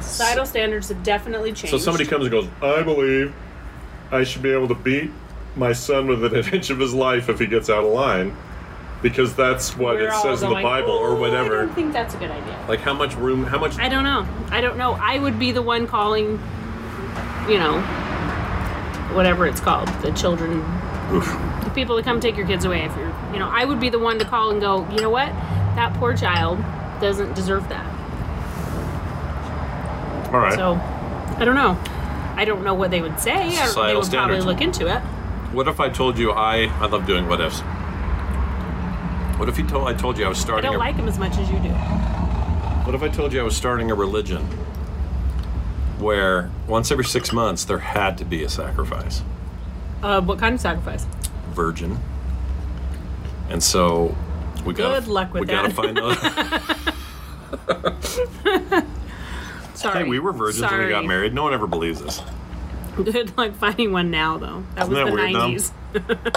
Speaker 2: Societal standards have definitely changed.
Speaker 1: So somebody comes and goes, I believe I should be able to beat my son within an inch of his life if he gets out of line because that's what
Speaker 2: We're
Speaker 1: it
Speaker 2: all
Speaker 1: says in the
Speaker 2: going,
Speaker 1: Bible or
Speaker 2: "Ooh, I
Speaker 1: whatever.
Speaker 2: don't think that's a good idea.
Speaker 1: Like how much room? How much?
Speaker 2: I don't know. I don't know. I would be the one calling, you know, whatever it's called, the children, the people that come take your kids away. If you're, you know, I would be the one to call and go, you know what, that poor child doesn't deserve that.
Speaker 1: All right.
Speaker 2: So, I don't know. I don't know what they would say. I don't- they
Speaker 1: Societal
Speaker 2: would
Speaker 1: standards.
Speaker 2: probably look into it.
Speaker 1: what if I told you I I love doing what ifs? What if you told I told you I was
Speaker 2: I
Speaker 1: starting?
Speaker 2: don't
Speaker 1: a,
Speaker 2: like them as much as you do.
Speaker 1: What if I told you I was starting a religion where once every six months there had to be a sacrifice?
Speaker 2: Uh, what kind of sacrifice?
Speaker 1: virgin. And so we got
Speaker 2: Good luck with
Speaker 1: we gotta
Speaker 2: that.
Speaker 1: find those.
Speaker 2: Sorry,
Speaker 1: hey, we were virgins when we got
Speaker 2: Sorry.
Speaker 1: married. No one ever believes us.
Speaker 2: Good luck finding one now, though. That
Speaker 1: Isn't
Speaker 2: was
Speaker 1: that
Speaker 2: the
Speaker 1: weird, though?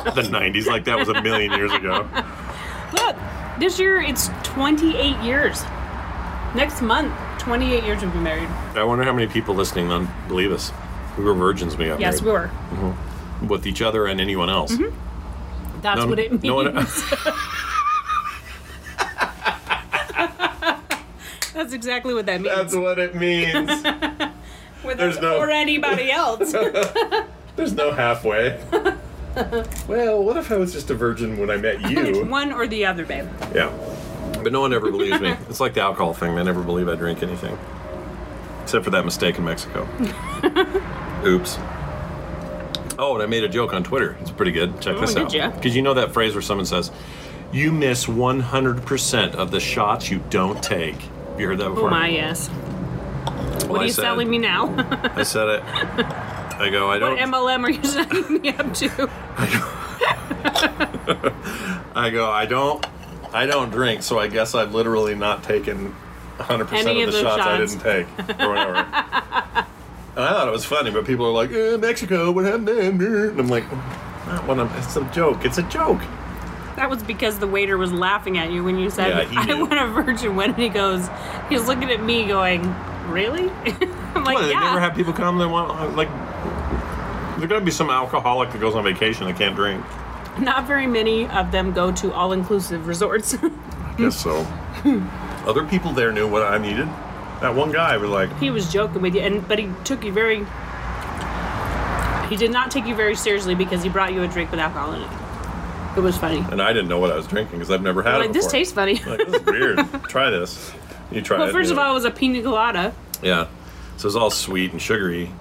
Speaker 2: 90s.
Speaker 1: The '90s, like that was a million years ago.
Speaker 2: Look, this year it's 28 years. Next month, 28 years we've been married.
Speaker 1: I wonder how many people listening then believe us. We were virgins. when We got
Speaker 2: Yes, we
Speaker 1: married
Speaker 2: were.
Speaker 1: with each other and anyone else.
Speaker 2: Mm-hmm. That's
Speaker 1: No,
Speaker 2: what it means.
Speaker 1: no one-
Speaker 2: That's exactly what that means.
Speaker 1: what it means.
Speaker 2: With
Speaker 1: there's
Speaker 2: us
Speaker 1: no-
Speaker 2: or anybody else.
Speaker 1: There's no halfway. well, what if I was just a virgin when I met
Speaker 2: It's one or the other, babe.
Speaker 1: yeah. But no one ever believes me. It's like the alcohol thing. They never believe I drink anything. Except for that mistake in Mexico. Oops. Oh, and I made a joke on Twitter. It's pretty good. Check
Speaker 2: Oh,
Speaker 1: this
Speaker 2: did
Speaker 1: out.
Speaker 2: ya?
Speaker 1: Because you know that phrase where someone says, You miss 100% of the shots you don't take. Have you heard that before?
Speaker 2: Oh my yes.
Speaker 1: Well,
Speaker 2: What
Speaker 1: I
Speaker 2: are you
Speaker 1: said-
Speaker 2: selling me now?
Speaker 1: I said it. I go, I don't.
Speaker 2: MLM are you signing me up to?
Speaker 1: I go, I don't, I don't drink, so I guess I've literally not taken 100 percent
Speaker 2: Any
Speaker 1: of
Speaker 2: of
Speaker 1: the
Speaker 2: the
Speaker 1: shots, I
Speaker 2: shots.
Speaker 1: didn't take or whatever. and I thought it was funny, but people are like, eh, Mexico, what happened then? Eh, And I'm like, not when I'm. It's a joke. It's a joke.
Speaker 2: That was because the waiter was laughing at you when you said,
Speaker 1: Yeah, he
Speaker 2: I
Speaker 1: knew.
Speaker 2: want a virgin one. And he goes, he was looking at me going, Really? I'm like,
Speaker 1: Well, they
Speaker 2: Yeah.
Speaker 1: never have people come. They want uh, like. There's gonna be some alcoholic that goes on vacation that can't drink.
Speaker 2: Not very many of them go to all inclusive resorts.
Speaker 1: I guess so. Other people there knew what I needed. That one guy was like,
Speaker 2: he was joking with you, and but he took you very. He did not take you very seriously because he brought you a drink with alcohol in it. It was funny.
Speaker 1: and I didn't know what I was drinking because I've never had it.
Speaker 2: Like this
Speaker 1: before.
Speaker 2: tastes funny.
Speaker 1: Like, this is weird. Try this. You try
Speaker 2: well,
Speaker 1: it.
Speaker 2: first
Speaker 1: you
Speaker 2: of
Speaker 1: know.
Speaker 2: all, it was a pina colada.
Speaker 1: yeah. So it's all sweet and sugary,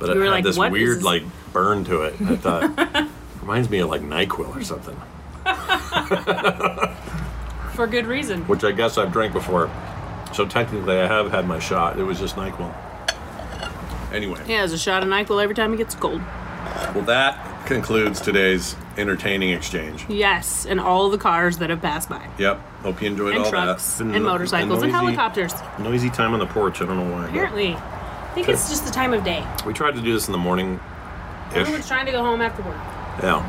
Speaker 1: but it
Speaker 2: You were
Speaker 1: had
Speaker 2: like,
Speaker 1: this
Speaker 2: "What is
Speaker 1: weird
Speaker 2: this?"
Speaker 1: like burn to it. And I thought reminds me of like Nyquil or something,
Speaker 2: For good reason.
Speaker 1: which I guess I've drank before. So technically, I have had my shot. It was just Nyquil. Anyway,
Speaker 2: Yeah, there's a shot of NyQuil every time he gets cold.
Speaker 1: well, that concludes today's entertaining exchange.
Speaker 2: Yes, and all the cars that have passed by.
Speaker 1: Yep. Hope you enjoyed
Speaker 2: And
Speaker 1: all
Speaker 2: trucks,
Speaker 1: that.
Speaker 2: and,
Speaker 1: Been a- a
Speaker 2: motorcycles, and
Speaker 1: noisy-
Speaker 2: helicopters.
Speaker 1: Noisy time on the porch. I don't know why. but
Speaker 2: Apparently. I think it's just the time of day.
Speaker 1: We tried to do this in the morning.
Speaker 2: Everyone's trying to go home after work.
Speaker 1: Yeah.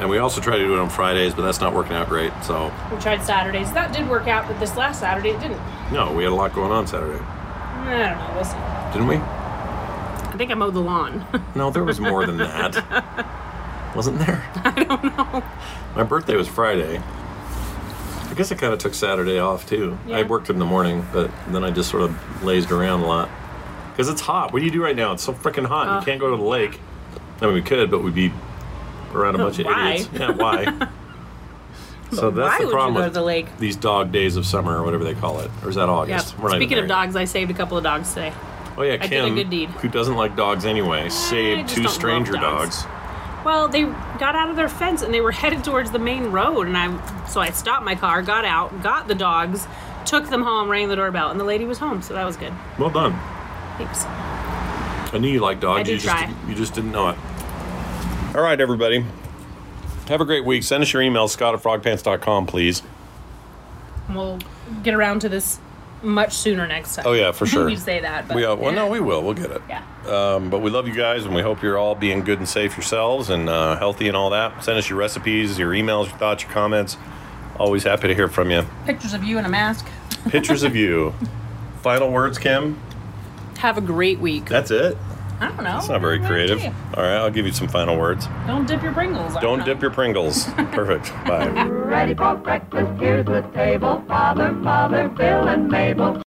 Speaker 1: And we also try to do it on Fridays, but that's not working out great. So,
Speaker 2: We tried Saturdays. That did work out, but this last Saturday it didn't.
Speaker 1: no, we had a lot going on Saturday.
Speaker 2: I don't know. We'll see.
Speaker 1: Didn't we?
Speaker 2: I think I mowed the lawn.
Speaker 1: No, there was more than that. Wasn't there? I don't know. My birthday was Friday. I guess I kind of took Saturday off too. I
Speaker 2: Yeah.
Speaker 1: worked in the morning, but then I just sort of lazed around a lot. Because it's hot. What do you do right now? It's so freaking hot.
Speaker 2: Uh.
Speaker 1: you can't go to the lake. I mean, we could, but we'd be around a bunch of
Speaker 2: Why?
Speaker 1: idiots. Yeah, why? so that's
Speaker 2: why
Speaker 1: the
Speaker 2: would you
Speaker 1: problem
Speaker 2: go
Speaker 1: with
Speaker 2: to the lake?
Speaker 1: these dog days of summer or whatever they call it. Or is that
Speaker 2: Yeah.
Speaker 1: August? We're not even
Speaker 2: Speaking of
Speaker 1: there yet.
Speaker 2: dogs, I saved a couple of dogs today.
Speaker 1: Oh yeah,
Speaker 2: I did
Speaker 1: Kim,
Speaker 2: a good deed.
Speaker 1: who doesn't like dogs anyway, saved
Speaker 2: just
Speaker 1: two
Speaker 2: don't love
Speaker 1: stranger dogs.
Speaker 2: dogs. Well, they got out of their fence and they were headed towards the main road, and I so I stopped my car, got out, got the dogs, took them home, rang the doorbell, and the lady was home, so that was good.
Speaker 1: Well done.
Speaker 2: Thanks.
Speaker 1: I knew you liked dogs.
Speaker 2: I do
Speaker 1: you just
Speaker 2: try.
Speaker 1: you just didn't know it. All right, everybody. Have a great week. Send us your email, scott at frogpants.com, please.
Speaker 2: And we'll get around to this much sooner next time.
Speaker 1: Oh, yeah, for sure.
Speaker 2: we say that, but
Speaker 1: We, uh, well,
Speaker 2: yeah.
Speaker 1: no, we will. We'll get it.
Speaker 2: Yeah.
Speaker 1: Um, but we love you guys, and we hope you're all being good and safe yourselves and uh, healthy and all that. Send us your recipes, your emails, your thoughts, your comments. Always happy to hear from you.
Speaker 2: pictures of you in a mask.
Speaker 1: Pictures of you. Final words, Kim?
Speaker 2: Have a great week.
Speaker 1: That's it.
Speaker 2: I don't know.
Speaker 1: It's not very creative. All right, I'll give you some final words.
Speaker 2: Don't dip your Pringles. I
Speaker 1: Don't
Speaker 2: know.
Speaker 1: dip your Pringles. Perfect. Bye.
Speaker 3: Ready for breakfast, here's the table. Father, Mother, Bill, and Mabel.